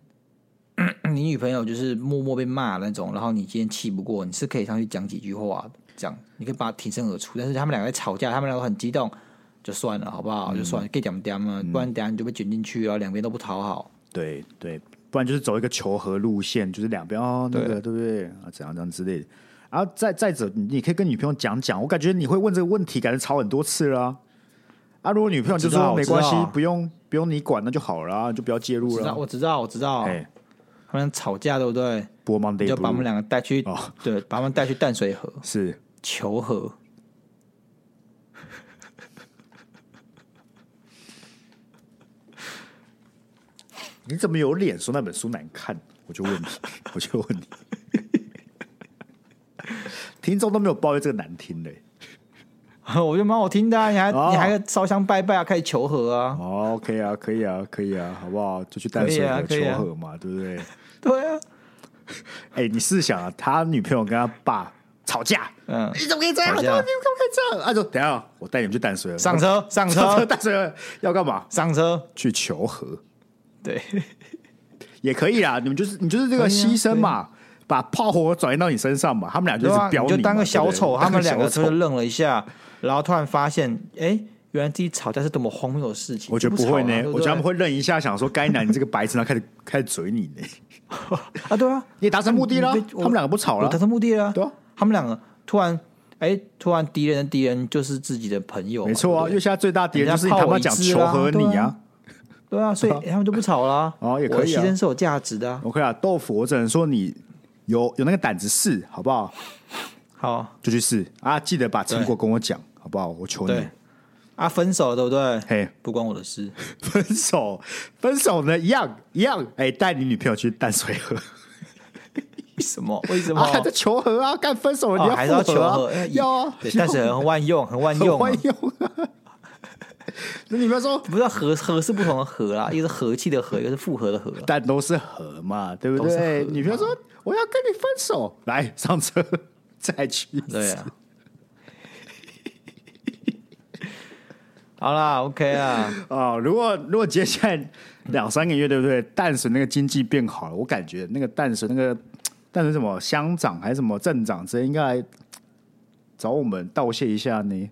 [SPEAKER 1] 你女朋友就是默默被骂那种，然后你今天气不过，你是可以上去讲几句话的，讲你可以把她挺身而出。但是他们两个在吵架，他们两个很激动，就算了，好不好？就算
[SPEAKER 2] 嗯
[SPEAKER 1] 了，可以讲点嘛，不然等下你就被卷进去，然后两边都不讨好。
[SPEAKER 2] 对对，不然就是走一个求和路线，就是两边哦那个对不对啊怎样怎样之类的。然后再再者，你可以跟女朋友讲讲，我感觉你会问这个问题，感觉吵很多次了啊。啊，如果女朋友就
[SPEAKER 1] 我知道
[SPEAKER 2] 说没关
[SPEAKER 1] 我
[SPEAKER 2] 系
[SPEAKER 1] 知道，
[SPEAKER 2] 不用不用你管，那就好了啊，就不要介
[SPEAKER 1] 我
[SPEAKER 2] 入
[SPEAKER 1] 知
[SPEAKER 2] 了
[SPEAKER 1] 道，
[SPEAKER 2] 啊。
[SPEAKER 1] 我知道，我知道，
[SPEAKER 2] 哎，
[SPEAKER 1] 他们吵架对不对？
[SPEAKER 2] 波芒 d
[SPEAKER 1] 你就把我们两个带去，
[SPEAKER 2] 哦
[SPEAKER 1] 对，把他们带去淡水河
[SPEAKER 2] 是
[SPEAKER 1] 求和。
[SPEAKER 2] 你怎么有脸说那本书难看？我 就问你，我就问你，听众都没有抱怨这个难听的、
[SPEAKER 1] 我觉得蛮好听的、啊，你还、
[SPEAKER 2] 哦
[SPEAKER 1] 你还烧香拜拜啊，开始求和啊，
[SPEAKER 2] 哦，OK 啊，可以啊，可以啊，好不好？就去淡
[SPEAKER 1] 可以
[SPEAKER 2] 水
[SPEAKER 1] 啊
[SPEAKER 2] 河
[SPEAKER 1] 可以
[SPEAKER 2] 求
[SPEAKER 1] 啊
[SPEAKER 2] 和嘛，对不对？
[SPEAKER 1] 对啊，
[SPEAKER 2] 哎、你试想啊，他女朋友跟他爸吵架，
[SPEAKER 1] 嗯，
[SPEAKER 2] 你怎么可以这样？
[SPEAKER 1] 吵
[SPEAKER 2] 你
[SPEAKER 1] 架
[SPEAKER 2] 怎么可以这样？他、啊、说：“等一下，我带你们去淡水河，
[SPEAKER 1] 上车，上
[SPEAKER 2] 上车，
[SPEAKER 1] 车，
[SPEAKER 2] 淡水河要干嘛？
[SPEAKER 1] 上车，
[SPEAKER 2] 去求和
[SPEAKER 1] 对，
[SPEAKER 2] 也可以 啦。你们就是你就是这个
[SPEAKER 1] 可以啊
[SPEAKER 2] 牺牲
[SPEAKER 1] 可以
[SPEAKER 2] 嘛，把炮火转移到你身上嘛。他们俩就
[SPEAKER 1] 对
[SPEAKER 2] 是
[SPEAKER 1] 啊，
[SPEAKER 2] 表
[SPEAKER 1] 你就
[SPEAKER 2] 嘛
[SPEAKER 1] 当个小
[SPEAKER 2] 对不对
[SPEAKER 1] 丑，他们
[SPEAKER 2] 当
[SPEAKER 1] 两个
[SPEAKER 2] 小丑
[SPEAKER 1] 就是愣了一下，然后突然发现，哎、原来自己吵架是多么荒谬的事情。
[SPEAKER 2] 我觉得
[SPEAKER 1] 就
[SPEAKER 2] 不
[SPEAKER 1] 吵
[SPEAKER 2] 会
[SPEAKER 1] 了
[SPEAKER 2] 呢
[SPEAKER 1] 对，不
[SPEAKER 2] 我觉得他们
[SPEAKER 1] 对
[SPEAKER 2] 会愣一下，想说：“该男，你这个白痴！”然后开始开始嘴你呢。
[SPEAKER 1] 啊，对啊，
[SPEAKER 2] 你达成目的了，
[SPEAKER 1] 你被
[SPEAKER 2] 他们两个不吵
[SPEAKER 1] 我
[SPEAKER 2] 了
[SPEAKER 1] 达。成目的了啊，
[SPEAKER 2] 对啊
[SPEAKER 1] 他们两个突然，哎、突然敌人的敌人就是自己的朋友嘛，
[SPEAKER 2] 没错啊，
[SPEAKER 1] 对
[SPEAKER 2] 因
[SPEAKER 1] 不对
[SPEAKER 2] 为现在最大敌人就是你
[SPEAKER 1] 人家
[SPEAKER 2] 他
[SPEAKER 1] 炮
[SPEAKER 2] 妈
[SPEAKER 1] 我
[SPEAKER 2] 讲
[SPEAKER 1] 一致
[SPEAKER 2] 求
[SPEAKER 1] 啦
[SPEAKER 2] 和你
[SPEAKER 1] 对
[SPEAKER 2] 啊
[SPEAKER 1] 啊。对啊， 所以、哎他们就不吵了啊、
[SPEAKER 2] 哦也可
[SPEAKER 1] 我的
[SPEAKER 2] 以啊
[SPEAKER 1] 牺牲是有价值的、啊，
[SPEAKER 2] OK 啊，豆腐，我只能说你有有那个胆子试，好不好？
[SPEAKER 1] 好，
[SPEAKER 2] 就去试啊！记得把成果跟我讲，好不好？我求你
[SPEAKER 1] 对。啊，分手了对不对？
[SPEAKER 2] 嘿，
[SPEAKER 1] 不关我的事，
[SPEAKER 2] 分手， 分手呢，一样一样。哎，带你女朋友去淡水河
[SPEAKER 1] 为什么？为什么？哦
[SPEAKER 2] 啊，这求和啊，干分手了，
[SPEAKER 1] 哦，还
[SPEAKER 2] 你
[SPEAKER 1] 是要
[SPEAKER 2] 要
[SPEAKER 1] 求
[SPEAKER 2] 复合
[SPEAKER 1] 和
[SPEAKER 2] 啊，，要啊，
[SPEAKER 1] 对，但是很万用， 很万用啊，
[SPEAKER 2] 万用啊。 那你不要说
[SPEAKER 1] 不知道和和是不同的和啦，一个是和气的和，一个是复合的和。
[SPEAKER 2] 但都是和嘛，对不
[SPEAKER 1] 都是
[SPEAKER 2] 对？
[SPEAKER 1] 和啊
[SPEAKER 2] 女朋友说我要跟你分手，来上车再去一 次。
[SPEAKER 1] 对啊。 好啦，OK 啊，
[SPEAKER 2] 啊、如果如果接下来两三个月，对不对？淡水那个经济变好了，我感觉那个淡水那个淡水什么乡长还是什么镇长之类，应该来找我们道谢一下呢。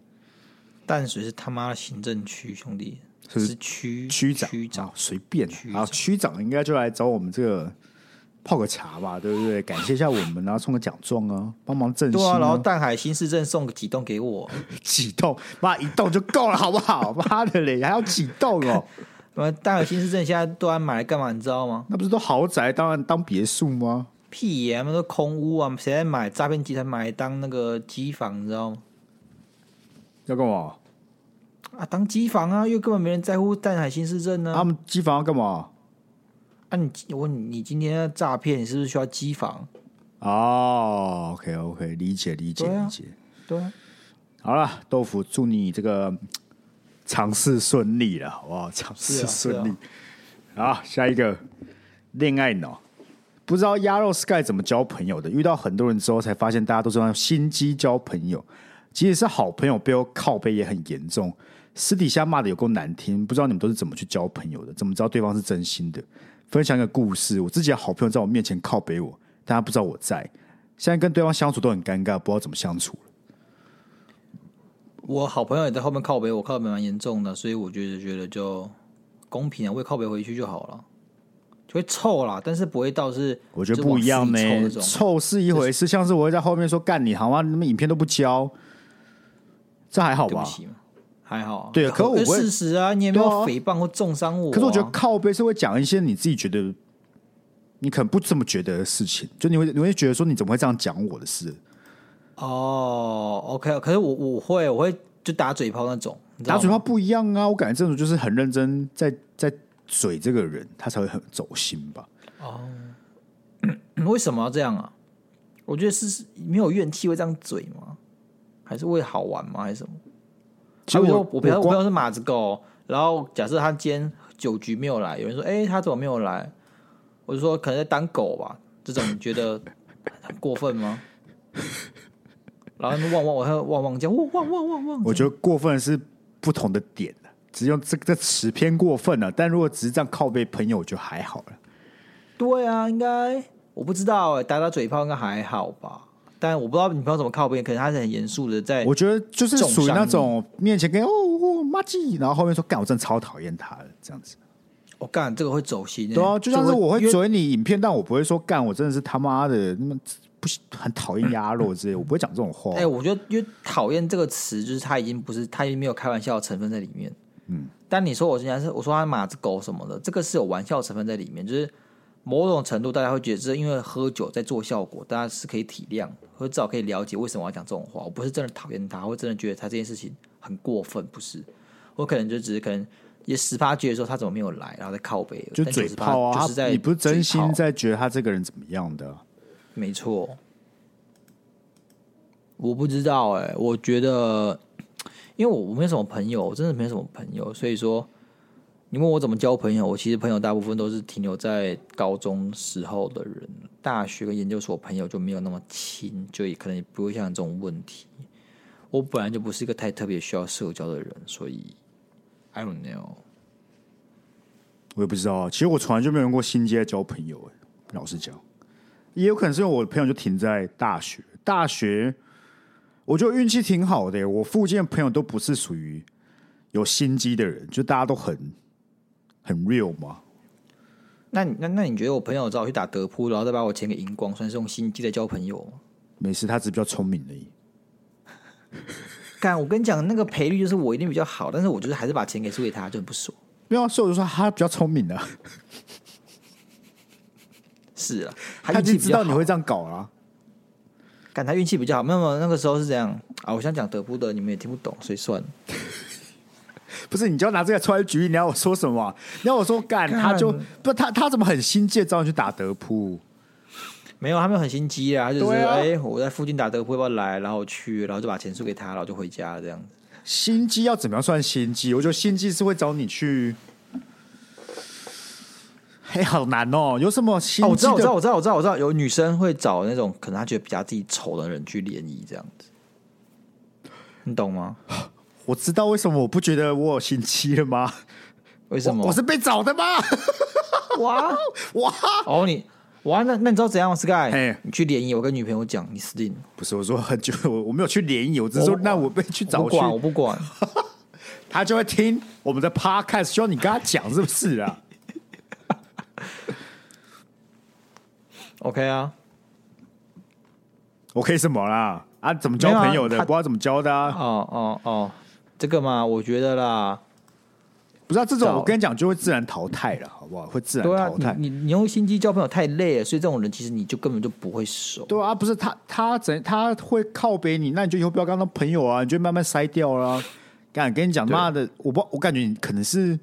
[SPEAKER 1] 淡水是他妈的行政区，兄弟
[SPEAKER 2] 是
[SPEAKER 1] 是区
[SPEAKER 2] 区长，
[SPEAKER 1] 区
[SPEAKER 2] 啊
[SPEAKER 1] 长，
[SPEAKER 2] 随便
[SPEAKER 1] 区
[SPEAKER 2] 啊，
[SPEAKER 1] 长
[SPEAKER 2] 区长应该就来找我们这个泡个茶吧，对不对？感谢一下我们啊，送个奖状啊，帮忙振兴、
[SPEAKER 1] 对啊，然后淡海新市镇送个几栋给我，
[SPEAKER 2] 几栋，妈一栋就够了，好不好？ 妈的嘞，还要几栋哦？
[SPEAKER 1] 那么淡海新市镇现在都安买来干嘛？你知道吗？
[SPEAKER 2] 那不是都豪宅，当然当别墅吗？
[SPEAKER 1] 屁耶、他们都空屋啊，谁在买诈骗集团买来当那个机房，你知道吗？
[SPEAKER 2] 要干嘛？
[SPEAKER 1] 啊，当机房啊，因为根本没人在乎淡海新市镇呢、
[SPEAKER 2] 啊他们机房要干嘛？
[SPEAKER 1] 啊你，我问你，你今天要诈骗，你是不是需要机房？
[SPEAKER 2] 哦，OK OK，理解理解
[SPEAKER 1] 对啊
[SPEAKER 2] 理解。
[SPEAKER 1] 对、啊，
[SPEAKER 2] 好了，豆腐，祝你这个嗯尝试顺利了，好不好？尝试
[SPEAKER 1] 是啊是啊
[SPEAKER 2] 顺利。好，下一个恋爱脑，不知道鸭肉 Sky 怎么交朋友的，遇到很多人之后才发现，大家都是用心机交朋友，即使是好朋友，背后靠背也很严重，私底下骂的有够难听。不知道你们都是怎么去交朋友的，怎么知道对方是真心的？分享一个故事，我自己的好朋友在我面前靠背我，但他不知道我在，现在跟对方相处都很尴尬，不知道怎么相处了。
[SPEAKER 1] 我好朋友也在后面靠北，我靠北蛮严重的，所以我就是觉得就公平啊，我也靠北回去就好了，就会臭啦，但是不会到是
[SPEAKER 2] 我觉得不一样呢、
[SPEAKER 1] 就是往死里臭那种
[SPEAKER 2] 臭是一回事，像是我会在后面说干你好吗？你们影片都不交，这还好
[SPEAKER 1] 对
[SPEAKER 2] 吧
[SPEAKER 1] 不？起嘛，还好啊。
[SPEAKER 2] 啊对可我不会
[SPEAKER 1] 是事实啊，你也没有
[SPEAKER 2] 对啊
[SPEAKER 1] 诽谤或重伤我啊、
[SPEAKER 2] 可是我觉得靠背是会讲一些你自己觉得你可能不这么觉得的事情，就你会你会觉得说你怎么会这样讲我的事？
[SPEAKER 1] 哦，OK，可是我我会我会就打嘴炮那种，你知道
[SPEAKER 2] 打嘴
[SPEAKER 1] 吗
[SPEAKER 2] 炮不一样啊，我感觉这种就是很认真在在嘴这个人，他才会很走心吧。
[SPEAKER 1] 为什么要这样啊？我觉得是是没有怨气会这样嘴吗？还是为好玩吗？还是什么？
[SPEAKER 2] 其实
[SPEAKER 1] 啊比如
[SPEAKER 2] 我
[SPEAKER 1] 说我朋友
[SPEAKER 2] 我
[SPEAKER 1] 我朋
[SPEAKER 2] 光
[SPEAKER 1] 友是马子狗，然后假设他今天酒局没有来，有人说：“哎、他怎么没有来？”我就说：“可能在当狗吧。”这种你觉得很过分吗？ 然后他们汪汪，我还有汪汪叫，汪汪汪汪汪。
[SPEAKER 2] 我觉得过分是不同的点啊只用这个词偏过分了、但如果只是这样靠背朋友，我就还好了。
[SPEAKER 1] 对啊，应该我不知道哎、打打嘴炮应该还好吧？但我不知道你朋友怎么靠边，可能他是很严肃的在
[SPEAKER 2] 我觉得就是属于那种面前跟哦哦妈鸡，然后后面说干，我真的超讨厌他了，这样子。
[SPEAKER 1] 我哦干、这个嗯会走心、欸。
[SPEAKER 2] 对啊，就像是我会
[SPEAKER 1] 因为
[SPEAKER 2] 追你影片，但我不会说干，我真的是他妈的那么不喜很讨厌鸭肉之类，我不会讲这种话。
[SPEAKER 1] 哎、我觉得因为“讨厌”这个词，就是他已经不是他已经没有开玩笑的成分在里面。嗯，但你说我现在是我说他马子狗什么的，这个是有玩笑成分在里面，就是某种程度大家会觉得是因为喝酒在做效果，大家是可以体谅，或者至少可以了解为什么我要讲这种话。我不是真的讨厌他，或真的觉得他这件事情很过分，不是。我可能就只是可能也十八觉得说他怎么没有来，然后在靠背，
[SPEAKER 2] 就
[SPEAKER 1] 但
[SPEAKER 2] 嘴
[SPEAKER 1] 98
[SPEAKER 2] 炮啊，
[SPEAKER 1] 就是在
[SPEAKER 2] 他你不是真
[SPEAKER 1] 嘴
[SPEAKER 2] 心
[SPEAKER 1] 炮
[SPEAKER 2] 在觉得他这个人怎么样的啊、
[SPEAKER 1] 没错，我不知道哎、我觉得，因为我我没有什么朋友，我真的没有什么朋友，所以说，你问我怎么交朋友，我其实朋友大部分都是停留在高中时候的人，大学跟研究所朋友就没有那么亲，就也可能也不会像这种问题。我本来就不是一个太特别需要社交的人，所以 I don't know。
[SPEAKER 2] 我也不知道啊。其实我从来就没有用过心机来交朋友、哎，老实讲，也有可能是因为我的朋友就停在大学，大学我觉得运气挺好的、哎我附近的朋友都不是属于有心机的人，就大家都很很 real 嘛。
[SPEAKER 1] 那你那那你觉得我朋友找我去打德扑，然后再把我钱给赢光，算是用心机在交朋友吗？
[SPEAKER 2] 没事，他只是比较聪明而已。
[SPEAKER 1] 干，我跟你讲，那个赔率就是我一定比较好，但是我就是还是把钱给输给他，就很不爽。
[SPEAKER 2] 没有啊，所以我就说他比较聪明的、啊，
[SPEAKER 1] 是啊，
[SPEAKER 2] 他已
[SPEAKER 1] 运气
[SPEAKER 2] 经
[SPEAKER 1] 比
[SPEAKER 2] 知
[SPEAKER 1] 较
[SPEAKER 2] 道
[SPEAKER 1] 好
[SPEAKER 2] 你。会这样搞啊了、
[SPEAKER 1] 干，他运气比较好。没有没有，那个时候是这样啊。我想讲德布的，你们也听不懂，所以算了。
[SPEAKER 2] 不是，你就要拿这个出来举例，你要我说什么啊、你要我说干，
[SPEAKER 1] 干
[SPEAKER 2] 他就不他他怎么很心借招你去打德扑？
[SPEAKER 1] 没有，他们很心机啊，他就是
[SPEAKER 2] 对
[SPEAKER 1] 哎、
[SPEAKER 2] 啊
[SPEAKER 1] 我在附近打德扑要不要来？然后我去，然后就把钱输给他，然后就回家了这样子。
[SPEAKER 2] 心机要怎么样算心机？我觉得心机是会找你去，嘿，好难哦，有什么心
[SPEAKER 1] 哦，我知
[SPEAKER 2] 机
[SPEAKER 1] 道，我知道，我
[SPEAKER 2] 的？
[SPEAKER 1] 知道，我知道，我知道，有女生会找那种可能她觉得比较自己丑的人去联谊这样子，你懂吗？
[SPEAKER 2] 我知道为什么我不觉得我有心机了吗？
[SPEAKER 1] 为什么？
[SPEAKER 2] 我是被找的吗？
[SPEAKER 1] 哇
[SPEAKER 2] 哇，
[SPEAKER 1] 哦你哇那那你知道怎样？Sky，
[SPEAKER 2] 嘿
[SPEAKER 1] 你去联谊，我跟女朋友讲，你死定了。
[SPEAKER 2] 不是，我说很久，我我没有去联谊，我只是说
[SPEAKER 1] 我
[SPEAKER 2] 那我被去
[SPEAKER 1] 我
[SPEAKER 2] 找
[SPEAKER 1] 不
[SPEAKER 2] 去，
[SPEAKER 1] 管，我不管。
[SPEAKER 2] 他就会听我们的 podcast，希望你跟他讲是不 是啊？
[SPEAKER 1] OK 啊，
[SPEAKER 2] 我可以什么啦？啊，怎么交朋友的？
[SPEAKER 1] 没有啊他
[SPEAKER 2] 不知道怎么交的啊、
[SPEAKER 1] 哦哦哦，这个嘛，我觉得啦，
[SPEAKER 2] 不是、啊、这种，
[SPEAKER 1] 找
[SPEAKER 2] 我跟你讲，就会自然淘汰了，好不好？会自然
[SPEAKER 1] 对啊
[SPEAKER 2] 淘汰，。
[SPEAKER 1] 你你你用心机交朋友太累了，所以这种人其实你就根本就不会熟。
[SPEAKER 2] 对啊，不是他，他怎他会靠北你，那你就以后不要跟他当朋友啊，你就慢慢筛掉啦、干，跟你讲，妈的，我不，我感觉你可能是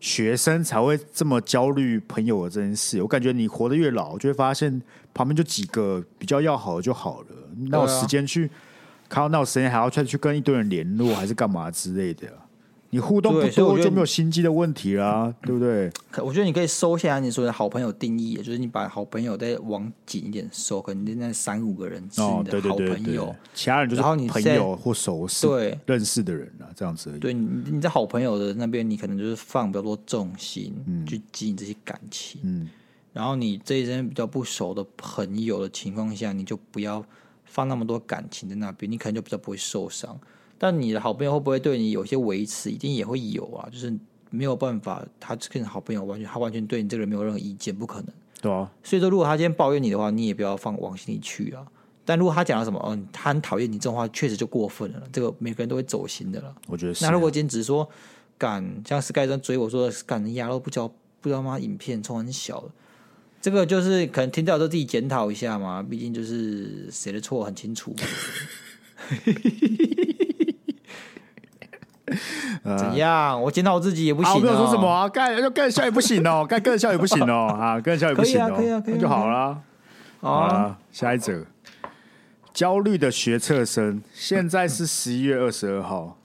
[SPEAKER 2] 学生才会这么焦虑朋友的这件事。我感觉你活得越老，就会发现旁边就几个比较要好的就好了，那有
[SPEAKER 1] 对啊
[SPEAKER 2] 时间去，靠，那有时间还要再去跟一堆人联络，还是干嘛之类的啊、你互动不
[SPEAKER 1] 对所以我
[SPEAKER 2] 多
[SPEAKER 1] 觉得
[SPEAKER 2] 就没有心机的问题啦，对不对？
[SPEAKER 1] 可我觉得你可以收下来你说的好朋友定义，就是你把好朋友再往紧一点收，可能那三五个人是
[SPEAKER 2] 哦
[SPEAKER 1] 你，
[SPEAKER 2] 对
[SPEAKER 1] 的
[SPEAKER 2] 对
[SPEAKER 1] 好
[SPEAKER 2] 对
[SPEAKER 1] 朋
[SPEAKER 2] 对
[SPEAKER 1] 友，，
[SPEAKER 2] 其他人就是
[SPEAKER 1] 然后你
[SPEAKER 2] 朋
[SPEAKER 1] 在
[SPEAKER 2] 友或熟识、
[SPEAKER 1] 对
[SPEAKER 2] 认识的人啦，这样子而已。
[SPEAKER 1] 对你你在好朋友的那边，你可能就是放比较多重心、去经营这些感情，
[SPEAKER 2] 嗯，
[SPEAKER 1] 然后你这一生比较不熟的朋友的情况下，你就不要放那么多感情在那边，你可能就比较不会受伤。但你的好朋友会不会对你有些维持，一定也会有啊，就是没有办法，他跟好朋友完全，他完全对你这个人没有任何意见，不可能。
[SPEAKER 2] 对啊，
[SPEAKER 1] 所以说，如果他今天抱怨你的话，你也不要放往心里去啊。但如果他讲了什么，嗯、他很讨厌你这种话，确实就过分了。这个每个人都会走心的了。
[SPEAKER 2] 我觉得是
[SPEAKER 1] 那。如果今天只是啊说，敢像 Sky 这追我说，敢牙都不交，不知道妈影片冲很小的，这个就是可能听到之后自己检讨一下嘛，毕竟就是谁的错很清楚。 怎样？我检讨我自己也不行、
[SPEAKER 2] 啊，
[SPEAKER 1] 哦。
[SPEAKER 2] 我没有说什么啊，干就干笑也不行 哦，干干笑也不行哦，啊，干笑也不行哦，
[SPEAKER 1] 可以啊可以啊可以啊
[SPEAKER 2] 那就好啦。好
[SPEAKER 1] 啊，
[SPEAKER 2] 啦，下一则，焦虑的学测生，现在是十一月二十二号，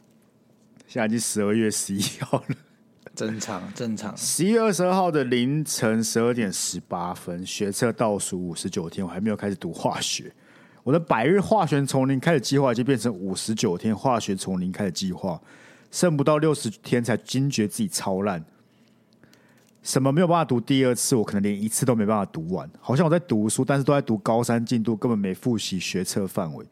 [SPEAKER 2] 现在已经十二月十一号了。
[SPEAKER 1] 正常正常。
[SPEAKER 2] 十一月二十二号的凌晨十二点十八分，学测倒数五十九天，我还没有开始读化学。我的百日化学从零开始计划已经变成五十九天化学从零开始计划，剩不到六十天才惊觉自己超烂。什么没有办法读第二次，我可能连一次都没办法读完。好像我在读书，但是都在读高三进度，根本没复习学测范围。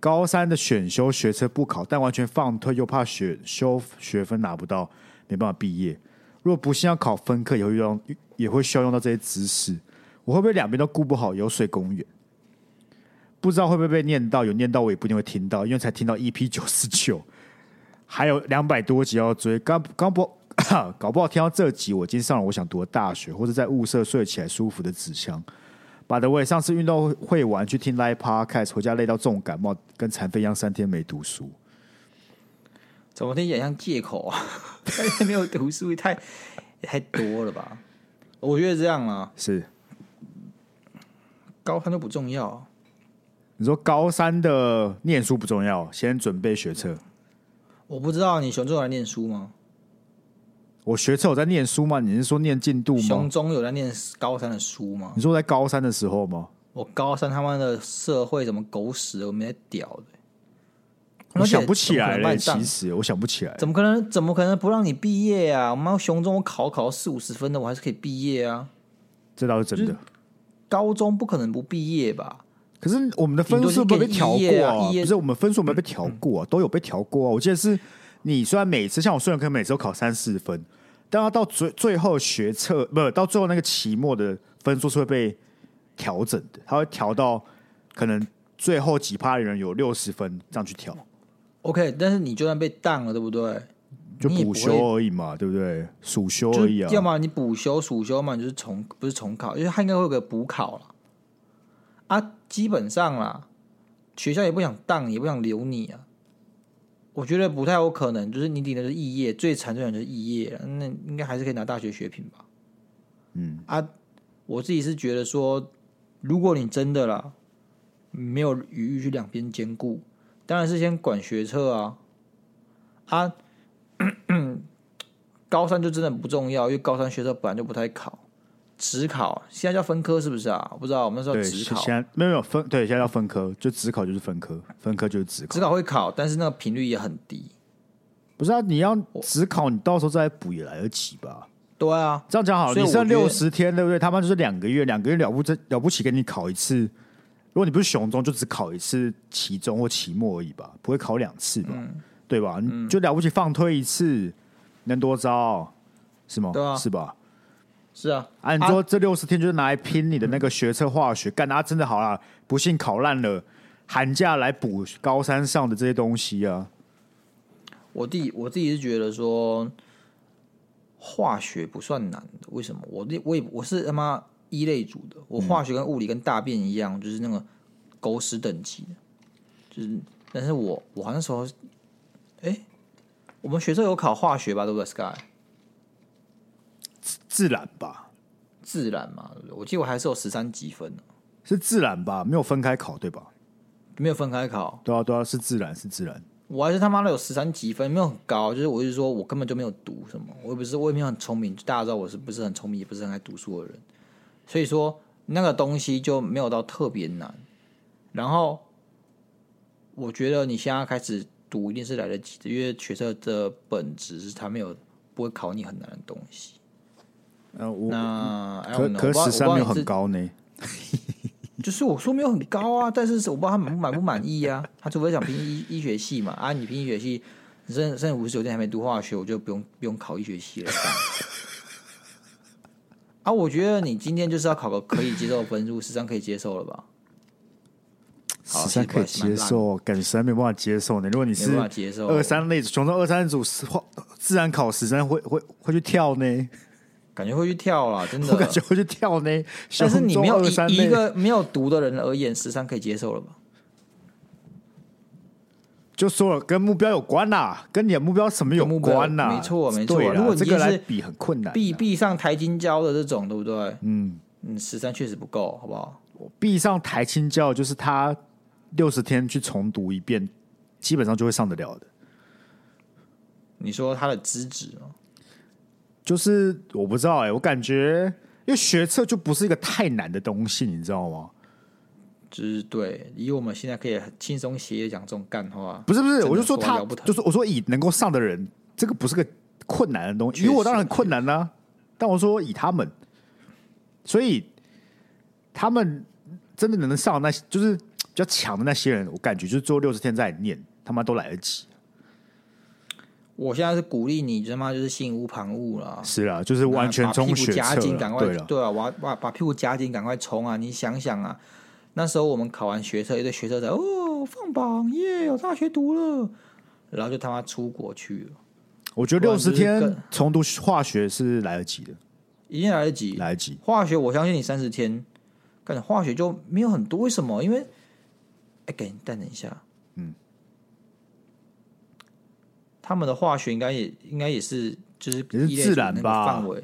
[SPEAKER 2] 高三的选修学测不考，但完全放退，又怕选修学分拿不到，没办法毕业。如果不幸要考分科，也会用，也会需要用到这些知识。我会不会两边都顾不好，有水公园？不知道会不会被念到，有念到我也不一定会听到，因为才听到 EP 九十九，还有两百多集要追。刚刚不 搞不好听到这集，我已经上了我想读的大学，或者在物色睡起来舒服的纸箱。By the way，上次运动会完去听 live podcast，回家累到重感冒，跟残废一样三天没读书。
[SPEAKER 1] 怎么听起来像借口啊？ 没有读书也太也太多了吧？我觉得这样啊，
[SPEAKER 2] 是
[SPEAKER 1] 高攀都不重要。
[SPEAKER 2] 你说高三的念书不重要，先准备学测。
[SPEAKER 1] 我不知道你熊中有在念书吗？
[SPEAKER 2] 我学测有在念书吗？你是说念进度吗
[SPEAKER 1] 熊？中有在念高三的书吗
[SPEAKER 2] 你？说在高三的时候吗？
[SPEAKER 1] 我高三他妈的社会什么狗屎，我没在屌的、
[SPEAKER 2] 我想不起来
[SPEAKER 1] 而且怎么可能办账
[SPEAKER 2] 了，其实我想不起来。
[SPEAKER 1] 怎么可能？怎么可能不让你毕业啊？我妈熊中我考考四五十分的，我还是可以毕业啊。
[SPEAKER 2] 这倒是真的。
[SPEAKER 1] 高中不可能不毕业吧？
[SPEAKER 2] 可是我们的分数没有被
[SPEAKER 1] 顶多就是
[SPEAKER 2] 调过
[SPEAKER 1] 给你一页啊
[SPEAKER 2] 啊，
[SPEAKER 1] 一页
[SPEAKER 2] 不是我们分数没有被调过啊，都有被调过啊。我记得是你虽然每次像我虽然可能每次都考三四分，但他到最最后学测不到最后那个期末的分数是会被调整的，他会调到可能最后几趴的人有六十分这样去调，
[SPEAKER 1] OK，但是你就算被当了，对不对？
[SPEAKER 2] 就
[SPEAKER 1] 你也
[SPEAKER 2] 补
[SPEAKER 1] 不会
[SPEAKER 2] 修而已嘛，对不对？暑修
[SPEAKER 1] 就
[SPEAKER 2] 而
[SPEAKER 1] 是
[SPEAKER 2] 已啊。
[SPEAKER 1] 要么你补修、暑修嘛，你就是重不是重考，因为他应该会有个补考了。啊，基本上啦，学校也不想当，也不想留你啊。我觉得不太有可能，就是你顶多是肄业，最惨最惨就是肄业了，那应该还是可以拿大学学品吧？嗯啊，我自己是觉得说，如果你真的啦，没有余裕去两边兼顾，当然是先管学测啊啊， 高三就真的不重要，因为高三学测本来就不太考，只考现在叫分科是不是啊？我不知道，我们那时候
[SPEAKER 2] 对，
[SPEAKER 1] 只
[SPEAKER 2] 现
[SPEAKER 1] 考，
[SPEAKER 2] 现在没有没有分，对，现在要分科，就只考就是分科，分科就是只考
[SPEAKER 1] 只。考会考，但是那个频率也很低。
[SPEAKER 2] 不是啊，你要只考，你到时候再补也来得及吧？
[SPEAKER 1] 对啊，
[SPEAKER 2] 这样讲好了，
[SPEAKER 1] 所以
[SPEAKER 2] 你
[SPEAKER 1] 我
[SPEAKER 2] 剩
[SPEAKER 1] 觉
[SPEAKER 2] 六
[SPEAKER 1] 得
[SPEAKER 2] 十天，对不对？他妈就是两个月，两个月了不这了不起，给你考一次。如果你不是雄中，就只考一次期中或期末而已吧，不会考两次吧？
[SPEAKER 1] 嗯
[SPEAKER 2] 对吧？你就了不起放推一次，能多招是吗？
[SPEAKER 1] 对啊
[SPEAKER 2] 是吧？
[SPEAKER 1] 是啊，
[SPEAKER 2] 啊，你说这六十天就是拿来拼你的那个学测化学，干啊，真的好啦，不幸考烂了，寒假来补高三上的这些东西啊。
[SPEAKER 1] 我自己我自己是觉得说，化学不算难的，为什么？我那我也我是他妈一类组的，我化学跟物理跟大便一样，就是那个狗屎等级的，就是但是我我那时候，哎、我们学校有考化学吧，对不对？Sky
[SPEAKER 2] 自然吧，
[SPEAKER 1] 自然嘛，对不对？我记得我还是有十三级分的，
[SPEAKER 2] 是自然吧，没有分开考对吧？
[SPEAKER 1] 没有分开考。
[SPEAKER 2] 对啊，对啊，是自然，是自然。
[SPEAKER 1] 我还是他妈的有十三几分，没有很高，就是我一直说我根本就没有读什么，我也不是我也没有很聪明，大家知道我是不是很聪明，也不是很爱读书的人，所以说那个东西就没有到特别难。然后我觉得你现在开始读一定是来得及的，因为学测的本质是它没有不会考你很难的东西。
[SPEAKER 2] 呃，我
[SPEAKER 1] 那 I
[SPEAKER 2] 可
[SPEAKER 1] don't know，
[SPEAKER 2] 可
[SPEAKER 1] 我不知道
[SPEAKER 2] 十三没有
[SPEAKER 1] 我不知道你是
[SPEAKER 2] 很高呢。
[SPEAKER 1] 就是我说没有很高啊，但是我不知道他满不满不满意啊。他除非想拼医 医学系嘛，啊，你拼医学系，你剩剩五十九天还没读化学，我就不用不用考医学系了。 干啊，我觉得你今天就是要考个可以接受的分数，十三可以接受了吧？好
[SPEAKER 2] 十三可以接受，感觉实在没有办法接受呢。如果你
[SPEAKER 1] 没
[SPEAKER 2] 是
[SPEAKER 1] 办法接受
[SPEAKER 2] 二三类，从中二三组是哇自然考十三会会会去跳呢，
[SPEAKER 1] 感觉会去跳 啦，真
[SPEAKER 2] 我感觉
[SPEAKER 1] 的。
[SPEAKER 2] 会去跳呢。
[SPEAKER 1] 但是你没有
[SPEAKER 2] 雄中二三
[SPEAKER 1] 以以
[SPEAKER 2] 类
[SPEAKER 1] 一个没有读的人而言，十三可以接受了吧？
[SPEAKER 2] 就说了，跟目标有关啦，跟你的目标什么有
[SPEAKER 1] 跟目标
[SPEAKER 2] 关啦，
[SPEAKER 1] 没错没错
[SPEAKER 2] 对啦
[SPEAKER 1] 如果你
[SPEAKER 2] 这个
[SPEAKER 1] 今天
[SPEAKER 2] 来
[SPEAKER 1] 是
[SPEAKER 2] 比很困难啦，
[SPEAKER 1] 必必上台金交的这种，对不对？
[SPEAKER 2] 嗯，
[SPEAKER 1] 嗯，十三确实不够，好不好？
[SPEAKER 2] 必上台青教就是他六十天去重读一遍，基本上就会上得了的。
[SPEAKER 1] 你说他的资质吗？
[SPEAKER 2] 就是我不知道哎、我感觉因为学测就不是一个太难的东西，你知道吗？
[SPEAKER 1] 就是对，以我们现在可以很轻松写意地讲这种干话，
[SPEAKER 2] 不是不
[SPEAKER 1] 真
[SPEAKER 2] 是，
[SPEAKER 1] 的
[SPEAKER 2] 我就
[SPEAKER 1] 说
[SPEAKER 2] 说他
[SPEAKER 1] 了不，得
[SPEAKER 2] 就是我说以能够上的人，这个不是个困难的东西，
[SPEAKER 1] 确实
[SPEAKER 2] 因为我当然很困难啦、但我说以他们，所以他们真的能上的那些，就是比较强的那些人，我感觉就是做六十天再念，他妈都来得及。
[SPEAKER 1] 我现在是鼓励你，他妈就是心无旁骛啦，
[SPEAKER 2] 是啦，就是
[SPEAKER 1] 那
[SPEAKER 2] 完全
[SPEAKER 1] 把屁
[SPEAKER 2] 冲
[SPEAKER 1] 股
[SPEAKER 2] 学
[SPEAKER 1] 夹
[SPEAKER 2] 测
[SPEAKER 1] 紧，赶
[SPEAKER 2] 啦
[SPEAKER 1] 快
[SPEAKER 2] 对了，
[SPEAKER 1] 啊，把把把屁股夹紧，赶快冲啊！你想想啊，那时候我们考完学车，一堆学车仔哦放榜耶，有大学读了，然后就他妈出国去了，
[SPEAKER 2] 我觉得
[SPEAKER 1] 不
[SPEAKER 2] 六
[SPEAKER 1] 然就
[SPEAKER 2] 十
[SPEAKER 1] 是
[SPEAKER 2] 天
[SPEAKER 1] 更
[SPEAKER 2] 重读化学是来得及的，
[SPEAKER 1] 已经来得及，
[SPEAKER 2] 来得及。
[SPEAKER 1] 化学我相信你三十天，感觉化学就没有很多，为什么？因为，哎、给你等一下，嗯，他们的化学应该也应该也是就是
[SPEAKER 2] 也是
[SPEAKER 1] 一类
[SPEAKER 2] 自然
[SPEAKER 1] 那个
[SPEAKER 2] 吧
[SPEAKER 1] 范围，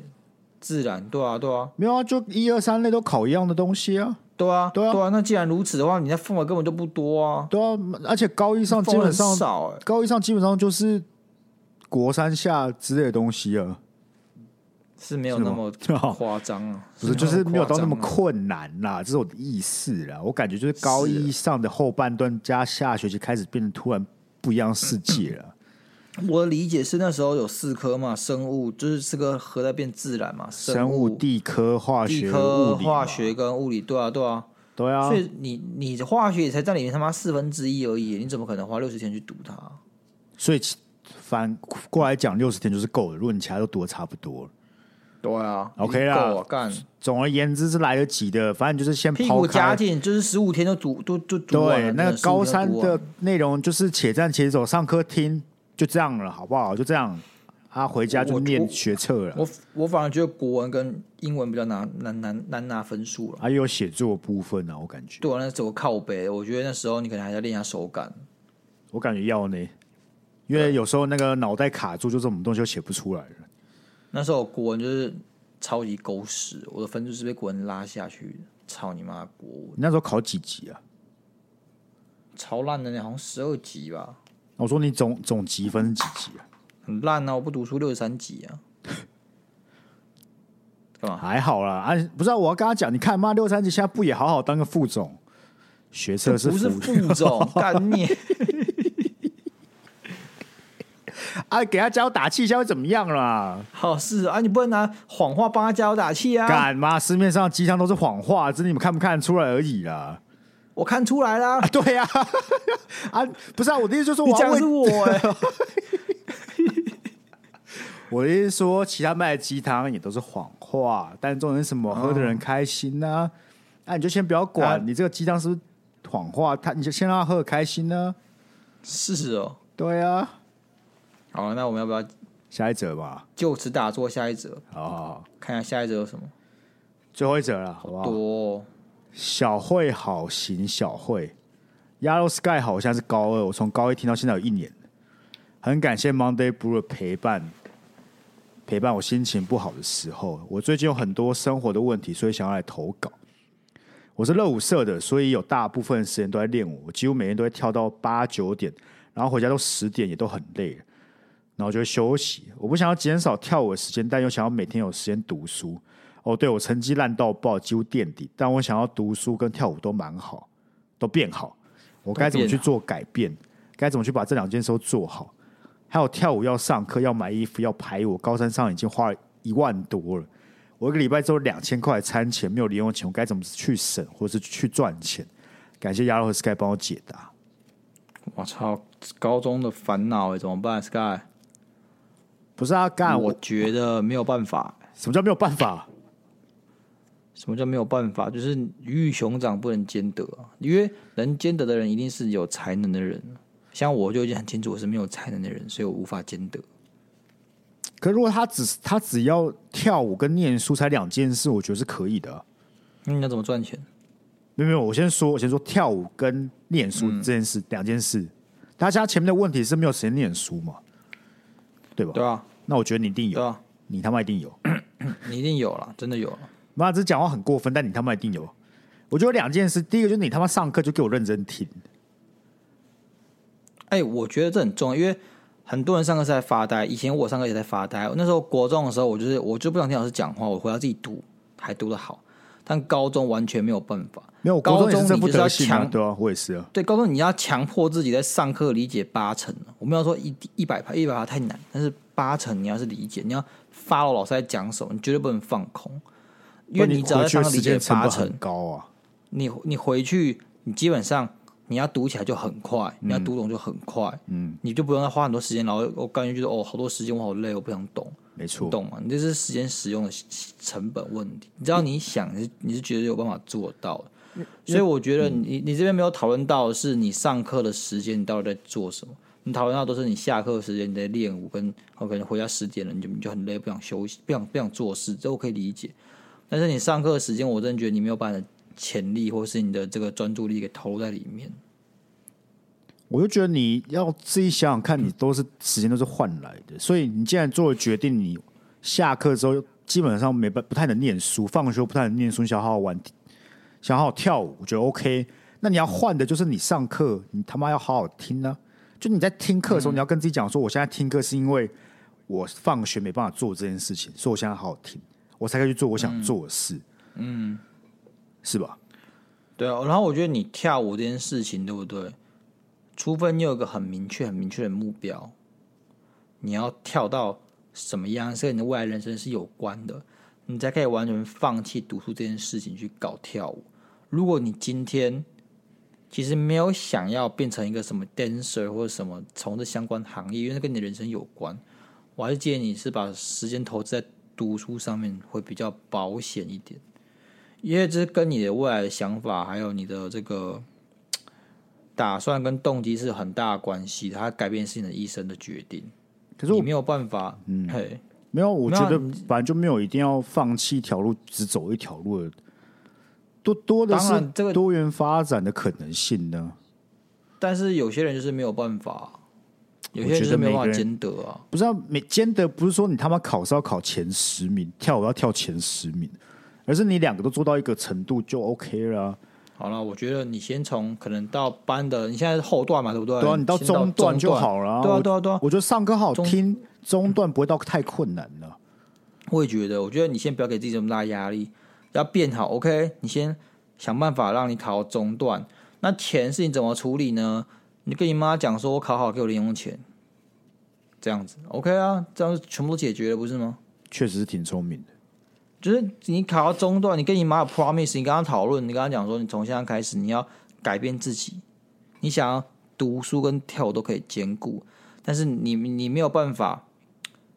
[SPEAKER 1] 自然，对啊，对啊，
[SPEAKER 2] 没有啊，就一二三类都考一样的东西啊，
[SPEAKER 1] 对啊，
[SPEAKER 2] 对啊
[SPEAKER 1] 那既然如此的话，你那范围根本就不多啊，
[SPEAKER 2] 对啊，而且高一上基
[SPEAKER 1] 范围
[SPEAKER 2] 本
[SPEAKER 1] 很
[SPEAKER 2] 上
[SPEAKER 1] 少哎、
[SPEAKER 2] 高一上基本上就是国三下之类的东西啊，
[SPEAKER 1] 是没有那 么
[SPEAKER 2] 是吗
[SPEAKER 1] 夸张啊，
[SPEAKER 2] 不是就是没有到那么
[SPEAKER 1] 夸张啊
[SPEAKER 2] 困难啦，这是我的意思啦。我感觉就是高一上的后半段加下学期开始变得突然不一样世界
[SPEAKER 1] 嗯
[SPEAKER 2] 了。
[SPEAKER 1] 我的理解是那时候有四科嘛，生物就是四科合在变自然嘛，
[SPEAKER 2] 生物、
[SPEAKER 1] 物、
[SPEAKER 2] 地科、化
[SPEAKER 1] 地
[SPEAKER 2] 学、
[SPEAKER 1] 科、
[SPEAKER 2] 物理嘛、啊
[SPEAKER 1] 化学跟物理，对啊，对啊。
[SPEAKER 2] 对啊
[SPEAKER 1] 所，以你你的化学也才占里面他妈四分之一而已，你怎么可能花六十天去读它？
[SPEAKER 2] 所以其反过来讲，六十天就是够了。如果你其他都读的差不多了，
[SPEAKER 1] 对啊
[SPEAKER 2] OK 啦
[SPEAKER 1] 够啊干
[SPEAKER 2] 总而言之是来得及的。反正就是先
[SPEAKER 1] 屁
[SPEAKER 2] 抛
[SPEAKER 1] 股
[SPEAKER 2] 开
[SPEAKER 1] 夹紧，就是十五天就读都就读完
[SPEAKER 2] 对
[SPEAKER 1] 了。
[SPEAKER 2] 那
[SPEAKER 1] 真
[SPEAKER 2] 个
[SPEAKER 1] 15
[SPEAKER 2] 高
[SPEAKER 1] 天
[SPEAKER 2] 三
[SPEAKER 1] 就读完
[SPEAKER 2] 的内容就是且战且走，上课听就这样了，好不好？就这样，啊，回家就
[SPEAKER 1] 我
[SPEAKER 2] 念
[SPEAKER 1] 我
[SPEAKER 2] 学测了。
[SPEAKER 1] 我我反而觉得国文跟英文比较难难难难拿分数了。
[SPEAKER 2] 还啊有写作部分呢、我感觉，
[SPEAKER 1] 对啊，那是我靠背，我觉得那时候你可能还在练一下手感。
[SPEAKER 2] 我感觉要呢，因为有时候那个脑袋卡住，就这种东西就写不出来了。
[SPEAKER 1] 那时候国文就是超级狗屎，我的分数是被国文拉下去的。操你妈的国文，
[SPEAKER 2] 你那时候考几级啊？
[SPEAKER 1] 超烂的，好像十二级吧，
[SPEAKER 2] 我说你总总积分是几级啊？
[SPEAKER 1] 很烂啊！我不读书六十三级啊。干嘛？
[SPEAKER 2] 还好啦，啊，不知道我要跟他讲，你看妈六三级现在不也好好当个副总，学测是
[SPEAKER 1] 不是
[SPEAKER 2] 副
[SPEAKER 1] 副总，干你！
[SPEAKER 2] 啊，给他加油打气一下会怎么样啦？
[SPEAKER 1] 好事啊，你不能拿谎话帮他加油打气啊！
[SPEAKER 2] 干嘛？市面上的鸡汤都是谎话，只是你们看不看得出来而已啦。
[SPEAKER 1] 我看出来啦
[SPEAKER 2] 啊，， 对呀、啊，不是啊，我的意思就是
[SPEAKER 1] 你
[SPEAKER 2] 我要
[SPEAKER 1] 讲的
[SPEAKER 2] 为
[SPEAKER 1] 是我哎、
[SPEAKER 2] 我的意思是说，其他卖的鸡汤也都是谎话，但重点是什么？喝的人开心呢、啊？那、你就先不要管、
[SPEAKER 1] 啊
[SPEAKER 2] 你这个鸡汤是不是谎话，他你就先让他喝的开心呢、
[SPEAKER 1] 是哦。
[SPEAKER 2] 对啊，
[SPEAKER 1] 好，啊那我们要不要
[SPEAKER 2] 下一则吧，
[SPEAKER 1] 就此打坐下一则？
[SPEAKER 2] 好好好，
[SPEAKER 1] 看一下下一则有什么？
[SPEAKER 2] 最后一则了，好不好？
[SPEAKER 1] 多哦
[SPEAKER 2] 小慧好行，小慧，Yellow Sky 好像是高二，我从高一听到现在有一年，很感谢 Monday Blue 的陪伴，陪伴我心情不好的时候。我最近有很多生活的问题，所以想要来投稿。我是热舞社的，所以有大部分时间都在练舞，我几乎每天都会跳到八九点，然然后回家都十点，也都很累了，然后就会休息。我不想要减少跳舞的时间，但又想要每天有时间读书。哦，对我成绩烂到爆，几乎垫底，但我想要读书跟跳舞都蛮好，都变好。我该怎么去做改变？该怎么去把这两件事都做好？还有跳舞要上课，要买衣服，要排舞。高三上已经花了一万多了，我一个礼拜只有两千块的餐钱，没有零用钱，我该怎么去省，或是去赚钱？感谢鸭肉和 Sky 帮我解答。
[SPEAKER 1] 我操，高中的烦恼哎，怎么办，Sky？
[SPEAKER 2] 不是啊，干
[SPEAKER 1] 嗯我
[SPEAKER 2] 我
[SPEAKER 1] 觉得没有办法。
[SPEAKER 2] 什么叫没有办法？
[SPEAKER 1] 什么叫没有办法？就是鱼与熊掌不能兼得啊，因为能兼得的人一定是有才能的人。像我就已经很清楚我是没有才能的人，所以我无法兼得。
[SPEAKER 2] 可如果他只他只要跳舞跟念书才两件事，我觉得是可以的啊、
[SPEAKER 1] 那你要怎么赚钱？
[SPEAKER 2] 没有没有，我先说，我先说跳舞跟念书这件
[SPEAKER 1] 嗯
[SPEAKER 2] 事、两件事。大家前面的问题是没有时间念书嘛，对吧？
[SPEAKER 1] 对啊，
[SPEAKER 2] 那我觉得你一定有，
[SPEAKER 1] 对啊，
[SPEAKER 2] 你他妈一定有。
[SPEAKER 1] 你一定有了，真的有了。
[SPEAKER 2] 妈，这讲话很过分，但你他妈一定有。我觉得有两件事，第一个就是你他妈上课就给我认真听，
[SPEAKER 1] 哎、我觉得这很重要，因为很多人上课是在发呆。以前我上课也在发呆。那时候国中的时候，我就是我就不想听老师讲话，我回家自己读，还读得好。但高中完全没有办法。
[SPEAKER 2] 没有，我
[SPEAKER 1] 高
[SPEAKER 2] 高中也
[SPEAKER 1] 中
[SPEAKER 2] 是这
[SPEAKER 1] 你
[SPEAKER 2] 副
[SPEAKER 1] 就是
[SPEAKER 2] 德
[SPEAKER 1] 要
[SPEAKER 2] 行啊，
[SPEAKER 1] 强
[SPEAKER 2] 对啊，我也是啊。
[SPEAKER 1] 对，高中你要强迫自己在上课理解八成啊我们要说一一百趴，一百趴太难，但是八成你要是理解，你要 follow 老师在讲什么，你绝对不能放空，因为
[SPEAKER 2] 不然你
[SPEAKER 1] 只要在上课
[SPEAKER 2] 回去的
[SPEAKER 1] 理
[SPEAKER 2] 时
[SPEAKER 1] 解
[SPEAKER 2] 间成
[SPEAKER 1] 八
[SPEAKER 2] 本
[SPEAKER 1] 成
[SPEAKER 2] 很，高啊。
[SPEAKER 1] 你你回去，你基本上你要读起来就很快，你要读懂就很快，嗯，你就不用再花很多时间，然后我感觉就是哦，好多时间我好累，我不想懂，
[SPEAKER 2] 没错，
[SPEAKER 1] 懂吗？你这是时间使用的成本问题。你知道你想，你是你是觉得有办法做到的。所以我觉得你你这边没有讨论到的是你上课的时间，你到底在做什么？你讨论到都是你下课的时间你在练舞，跟哦可能回家十点了，你就你就很累，不想休息，不想不想做事，这我可以理解。但是你上课的时间，我真的觉得你没有把你的潜力或是你的这个专注力给投入在里面。
[SPEAKER 2] 我就觉得你要自己想想看，你都是时间都是换来的，所以你既然做了决定，你下课之后基本上没办不太能念书，放学不太能念书，想好好玩，想好好跳舞，我觉得 OK。那你要换的就是你上课，你他妈要好好听呢、就你在听课的时候，你要跟自己讲说，我现在听课是因为我放学没办法做这件事情，所以我现在好好听，我才可以去做我想做的事。嗯，是吧？
[SPEAKER 1] 对啊，然后我觉得你跳舞这件事情，对不对？除非你有一个很明确、很明确的目标，你要跳到什么样是跟你的未来人生是有关的，你才可以完全放弃读书这件事情去搞跳舞。如果你今天其实没有想要变成一个什么 dancer 或者什么从事相关行业，因为那跟你的人生有关，我还是建议你是把时间投资在读书上面会比较保险一点。因为这跟你的未来的想法，还有你的这个打算跟动机是很大的关系，它改变是你的一生的决定。
[SPEAKER 2] 可是我
[SPEAKER 1] 你没有办法，嗯，嘿，
[SPEAKER 2] 没有，我
[SPEAKER 1] 没有
[SPEAKER 2] 觉
[SPEAKER 1] 啊
[SPEAKER 2] 得本来就没有一定要放弃一条路，只走一条路的。多多的
[SPEAKER 1] 当然这
[SPEAKER 2] 是
[SPEAKER 1] 个
[SPEAKER 2] 多元发展的可能性呢。
[SPEAKER 1] 但是有些人就是没有办法，有些
[SPEAKER 2] 我觉
[SPEAKER 1] 人
[SPEAKER 2] 得
[SPEAKER 1] 就是没有
[SPEAKER 2] 每
[SPEAKER 1] 办法
[SPEAKER 2] 个人
[SPEAKER 1] 兼得啊。
[SPEAKER 2] 不是啊，每兼得不是说你他妈考试要考前十名，跳舞要跳前十名，而是你两个都做到一个程度就 OK 了啊、
[SPEAKER 1] 好了，我觉得你先从可能到班的，你现在是后段嘛，对不对？
[SPEAKER 2] 对啊，你到
[SPEAKER 1] 先到
[SPEAKER 2] 中段就好了、
[SPEAKER 1] 对啊，
[SPEAKER 2] 我
[SPEAKER 1] 对啊，对啊，
[SPEAKER 2] 我觉得上课好听，中段不会到太困难了。
[SPEAKER 1] 我也觉得，我觉得你先不要给自己这么大的压力，要变好。OK，你先想办法让你考中段。那钱是你怎么处理呢？你跟你妈讲说，我考好给我零用钱，这样子 OK 啊，这样全部都解决了，不是吗？
[SPEAKER 2] 确实是挺聪明的，
[SPEAKER 1] 就是你考到中段，你跟你妈有 promise，你跟她讨论，你跟她讲说，你从现在开始你要改变自己，你想要读书跟跳舞都可以兼顾，但是你你没有办法，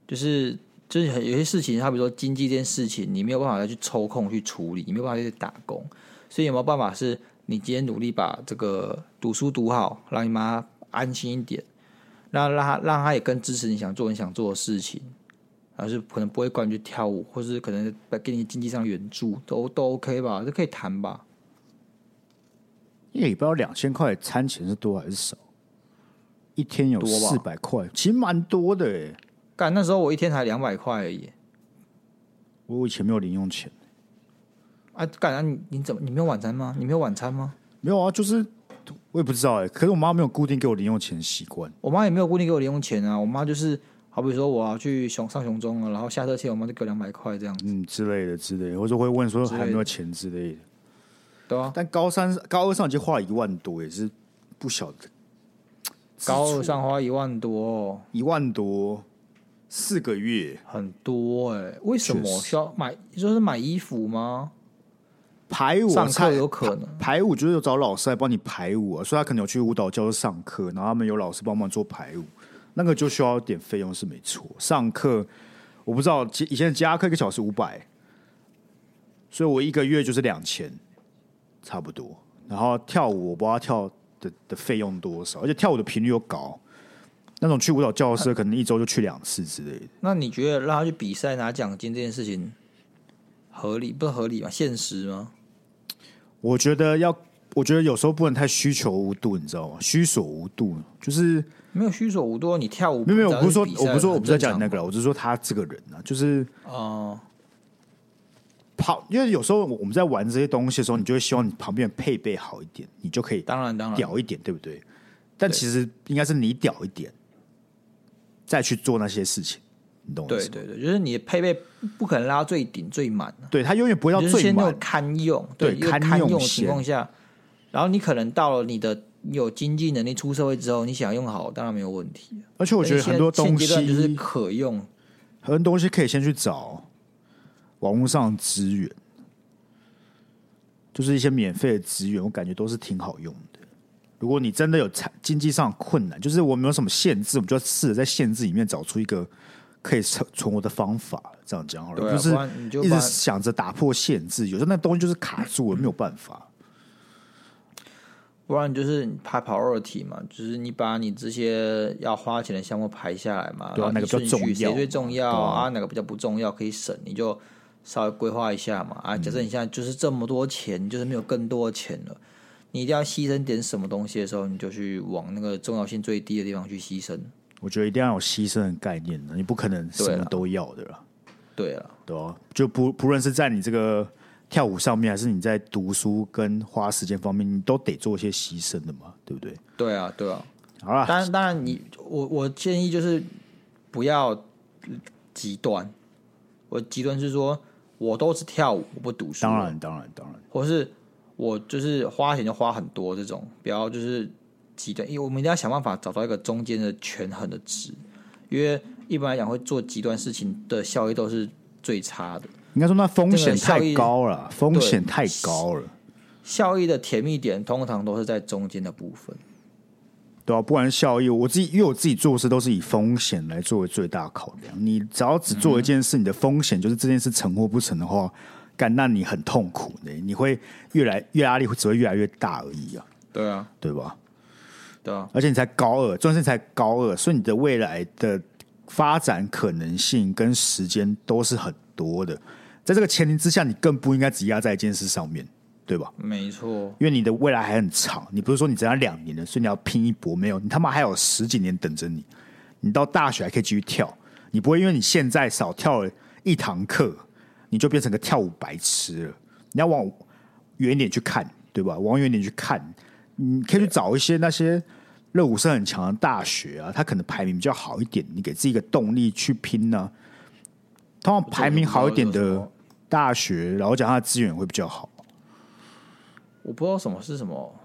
[SPEAKER 1] 就是就是很有些事情，他比如说经济这件事情，你没有办法再去抽空去处理，你没有办法再去打工，所以有没有办法是你今天努力把这个读书读好，让你妈安心一点，让让她让她也更支持你想做你想做的事情。而是可能不会管你去跳舞，或是可能给你经济上援助，都都 OK 吧，这可以谈吧。
[SPEAKER 2] 一个礼拜两千块的餐钱是多还是少？一天有
[SPEAKER 1] 多吧
[SPEAKER 2] 四百块，其实蛮多的、欸。
[SPEAKER 1] 干那时候我一天才两百块而已，
[SPEAKER 2] 我以前没有零用钱，
[SPEAKER 1] 啊，干啊你你怎么你没有晚餐吗？你没有晚餐吗？
[SPEAKER 2] 没有啊，就是我也不知道哎、可是我妈没有固定给我零用钱的习惯。
[SPEAKER 1] 我妈也没有固定给我零用钱啊，我妈就是好比说我要去熊上熊中了，啊然后下车前我妈就给我两百块这样子，
[SPEAKER 2] 嗯之类的之类的，或者会问说还有没有钱之类的。
[SPEAKER 1] 对啊。
[SPEAKER 2] 但高三、高二上已经花了一万多，也欸是不小的。
[SPEAKER 1] 高二上花一万多、哦，
[SPEAKER 2] 一万多，四个月
[SPEAKER 1] 很多哎、为什么
[SPEAKER 2] 确实
[SPEAKER 1] 需要买？就是买衣服吗？
[SPEAKER 2] 排舞
[SPEAKER 1] 上
[SPEAKER 2] 差
[SPEAKER 1] 课有可能。
[SPEAKER 2] 排舞就是有找老师来帮你排舞啊，所以他可能有去舞蹈教室上课，然后他们有老师帮忙做排舞，那个就需要点费用是没错。上课我不知道，其以前的家课一个小时五百，所以我一个月就是两千，差不多。然后跳舞我不知道跳的的费用多少，而且跳舞的频率又高，那种去舞蹈教室可能一周就去两次之类的。
[SPEAKER 1] 那你觉得让他去比赛拿奖金这件事情合理不合理吗？现实吗？
[SPEAKER 2] 我觉得要，我觉得有时候不能太需求无度，你知道吗？虚所无度，就是
[SPEAKER 1] 没有虚所无多，你跳舞
[SPEAKER 2] 没有没有，我不是说
[SPEAKER 1] 只要比
[SPEAKER 2] 我不是
[SPEAKER 1] 赛
[SPEAKER 2] 说我不是在讲你那
[SPEAKER 1] 很
[SPEAKER 2] 个了，我只是说他这个人啊，就是
[SPEAKER 1] 正常哦、
[SPEAKER 2] 跑，因为有时候我们在玩这些东西的时候，你就会希望你旁边配备好一点，你就可以
[SPEAKER 1] 当然当然，
[SPEAKER 2] 屌一点，对不对？但其实应该是你屌一点，再去做那些事情，你懂我意
[SPEAKER 1] 对
[SPEAKER 2] 思吗？
[SPEAKER 1] 对对，就是你的配备不可能拉到最顶最满啊，
[SPEAKER 2] 对他永远不会到
[SPEAKER 1] 你就是
[SPEAKER 2] 最
[SPEAKER 1] 先用
[SPEAKER 2] 满，
[SPEAKER 1] 堪用，
[SPEAKER 2] 对
[SPEAKER 1] 一个
[SPEAKER 2] 堪
[SPEAKER 1] 堪
[SPEAKER 2] 用
[SPEAKER 1] 用的情
[SPEAKER 2] 先
[SPEAKER 1] 况下，然后你可能到了你的有经济能力出社会之后，你想用好，当然没有问题。
[SPEAKER 2] 而且我觉得很多
[SPEAKER 1] 现
[SPEAKER 2] 东
[SPEAKER 1] 阶段就是
[SPEAKER 2] 西，
[SPEAKER 1] 可用，
[SPEAKER 2] 很多东西可以先去找网络上的资源，就是一些免费的资源，我感觉都是挺好用的。如果你真的有财经济上的困难，就是我没有什么限制，我们就要试着在限制里面找出一个可以存存活的方法。这样讲好
[SPEAKER 1] 对
[SPEAKER 2] 了，
[SPEAKER 1] 啊、
[SPEAKER 2] 不是
[SPEAKER 1] 不然你就
[SPEAKER 2] 一
[SPEAKER 1] 把
[SPEAKER 2] 直想着打破限制，有时候那东西就是卡住了，没有办法。
[SPEAKER 1] 不然就是你排 priority 嘛，就是你把你这些要花钱的项目排下来嘛，
[SPEAKER 2] 对
[SPEAKER 1] 然
[SPEAKER 2] 啊
[SPEAKER 1] 后
[SPEAKER 2] 哪
[SPEAKER 1] 你
[SPEAKER 2] 个比较
[SPEAKER 1] 顺序
[SPEAKER 2] 重要
[SPEAKER 1] 谁最
[SPEAKER 2] 嘛
[SPEAKER 1] 重要啊？哪个比较不重要可以省，你就稍微规划一下嘛。
[SPEAKER 2] 嗯
[SPEAKER 1] 啊，假设你现在就是这么多钱，你就是没有更多的钱了，你一定要牺牲点什么东西的时候，你就去往那个重要性最低的地方去牺牲。
[SPEAKER 2] 我觉得一定要有牺牲的概念的，你不可能什
[SPEAKER 1] 对
[SPEAKER 2] 么
[SPEAKER 1] 啊
[SPEAKER 2] 都要的啦。
[SPEAKER 1] 对了，
[SPEAKER 2] 对啊，就不不论是在你这个跳舞上面，还是你在读书跟花时间方面，你都得做一些牺牲的嘛，对不对？
[SPEAKER 1] 对啊，对啊。
[SPEAKER 2] 好啦，
[SPEAKER 1] 当然，当然你，我我建议就是不要极端。我极端是说，我都是跳舞，我不读书。
[SPEAKER 2] 当然，当然，当然，
[SPEAKER 1] 或是我就是花钱就花很多这种，不要就是极端，因为我们一定要想办法找到一个中间的权衡的值，因为一般来讲会做极端事情的效益都是最差的，
[SPEAKER 2] 应该说那风
[SPEAKER 1] 这
[SPEAKER 2] 险
[SPEAKER 1] 个效
[SPEAKER 2] 太
[SPEAKER 1] 益
[SPEAKER 2] 高了，风险太高了，
[SPEAKER 1] 效益的甜蜜点通常都是在中间的部分。
[SPEAKER 2] 对啊，不管是效益，我自己因为我自己做事都是以风险来作为最大考量。你只要只
[SPEAKER 1] 嗯
[SPEAKER 2] 做一件事，你的风险就是这件事成或不成的话，干那你很痛苦的，你会越来越压力会只会越来越大而已啊，
[SPEAKER 1] 对啊，
[SPEAKER 2] 对吧？
[SPEAKER 1] 对啊，
[SPEAKER 2] 而且你才高二，重点是你才高二，所以你的未来的发展可能性跟时间都是很多的。在这个前提之下，你更不应该只压在一件事上面，对吧？
[SPEAKER 1] 没错，
[SPEAKER 2] 因为你的未来还很长，你不是说你只要两年了，所以你要拼一搏，没有，你他妈还有十几年等着你。你到大学还可以继续跳，你不会因为你现在少跳了一堂课，你就变成个跳舞白痴了。你要往远一点去看，对吧？往远一点去看，你可以去找一些那些热舞社很强的大学啊，它可能排名比较好一点，你给自己一个动力去拼呢、通常排名好一点
[SPEAKER 1] 我不知道这是
[SPEAKER 2] 的
[SPEAKER 1] 什么
[SPEAKER 2] 大学，然后讲它的资源会比较好。
[SPEAKER 1] 我不知道什么是什么。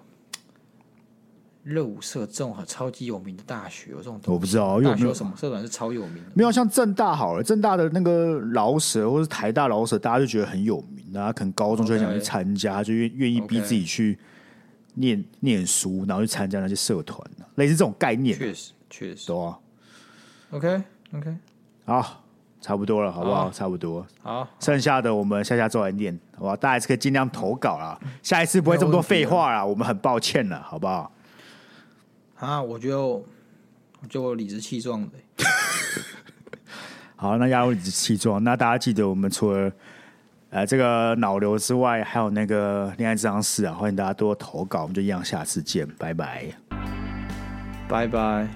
[SPEAKER 1] 热舞社这种很超级有名的大学，有这种东
[SPEAKER 2] 我不知道，因为我
[SPEAKER 1] 大
[SPEAKER 2] 没
[SPEAKER 1] 学
[SPEAKER 2] 有
[SPEAKER 1] 有什么社团是超有名的？
[SPEAKER 2] 没有像正大好了，正大的那个饶舌或是台大饶舌，大家就觉得很有名，大家可能高中就很想去
[SPEAKER 1] OK
[SPEAKER 2] 参加，就愿愿意逼
[SPEAKER 1] OK
[SPEAKER 2] 自己去念念书，然后去参加那些社团，类似这种概念，
[SPEAKER 1] 确实，确实。
[SPEAKER 2] 懂啊？
[SPEAKER 1] OK，OK，、
[SPEAKER 2] 好，啊差不多了，好不好？
[SPEAKER 1] 好
[SPEAKER 2] 差不多，
[SPEAKER 1] 好。
[SPEAKER 2] 剩下的我们下下周来念，好不好？大家还是可以尽量投稿啦，下一次不会这么多废话啦，我们很抱歉了，好不好？
[SPEAKER 1] 啊，我就我就理直气壮的欸、
[SPEAKER 2] 好，那亚欧理直气壮。那大家记得，我们除了呃这个脑瘤之外，还有那个恋爱智商室啊，欢迎大家多投稿。我们就一样，下次见，拜拜。
[SPEAKER 1] 拜拜。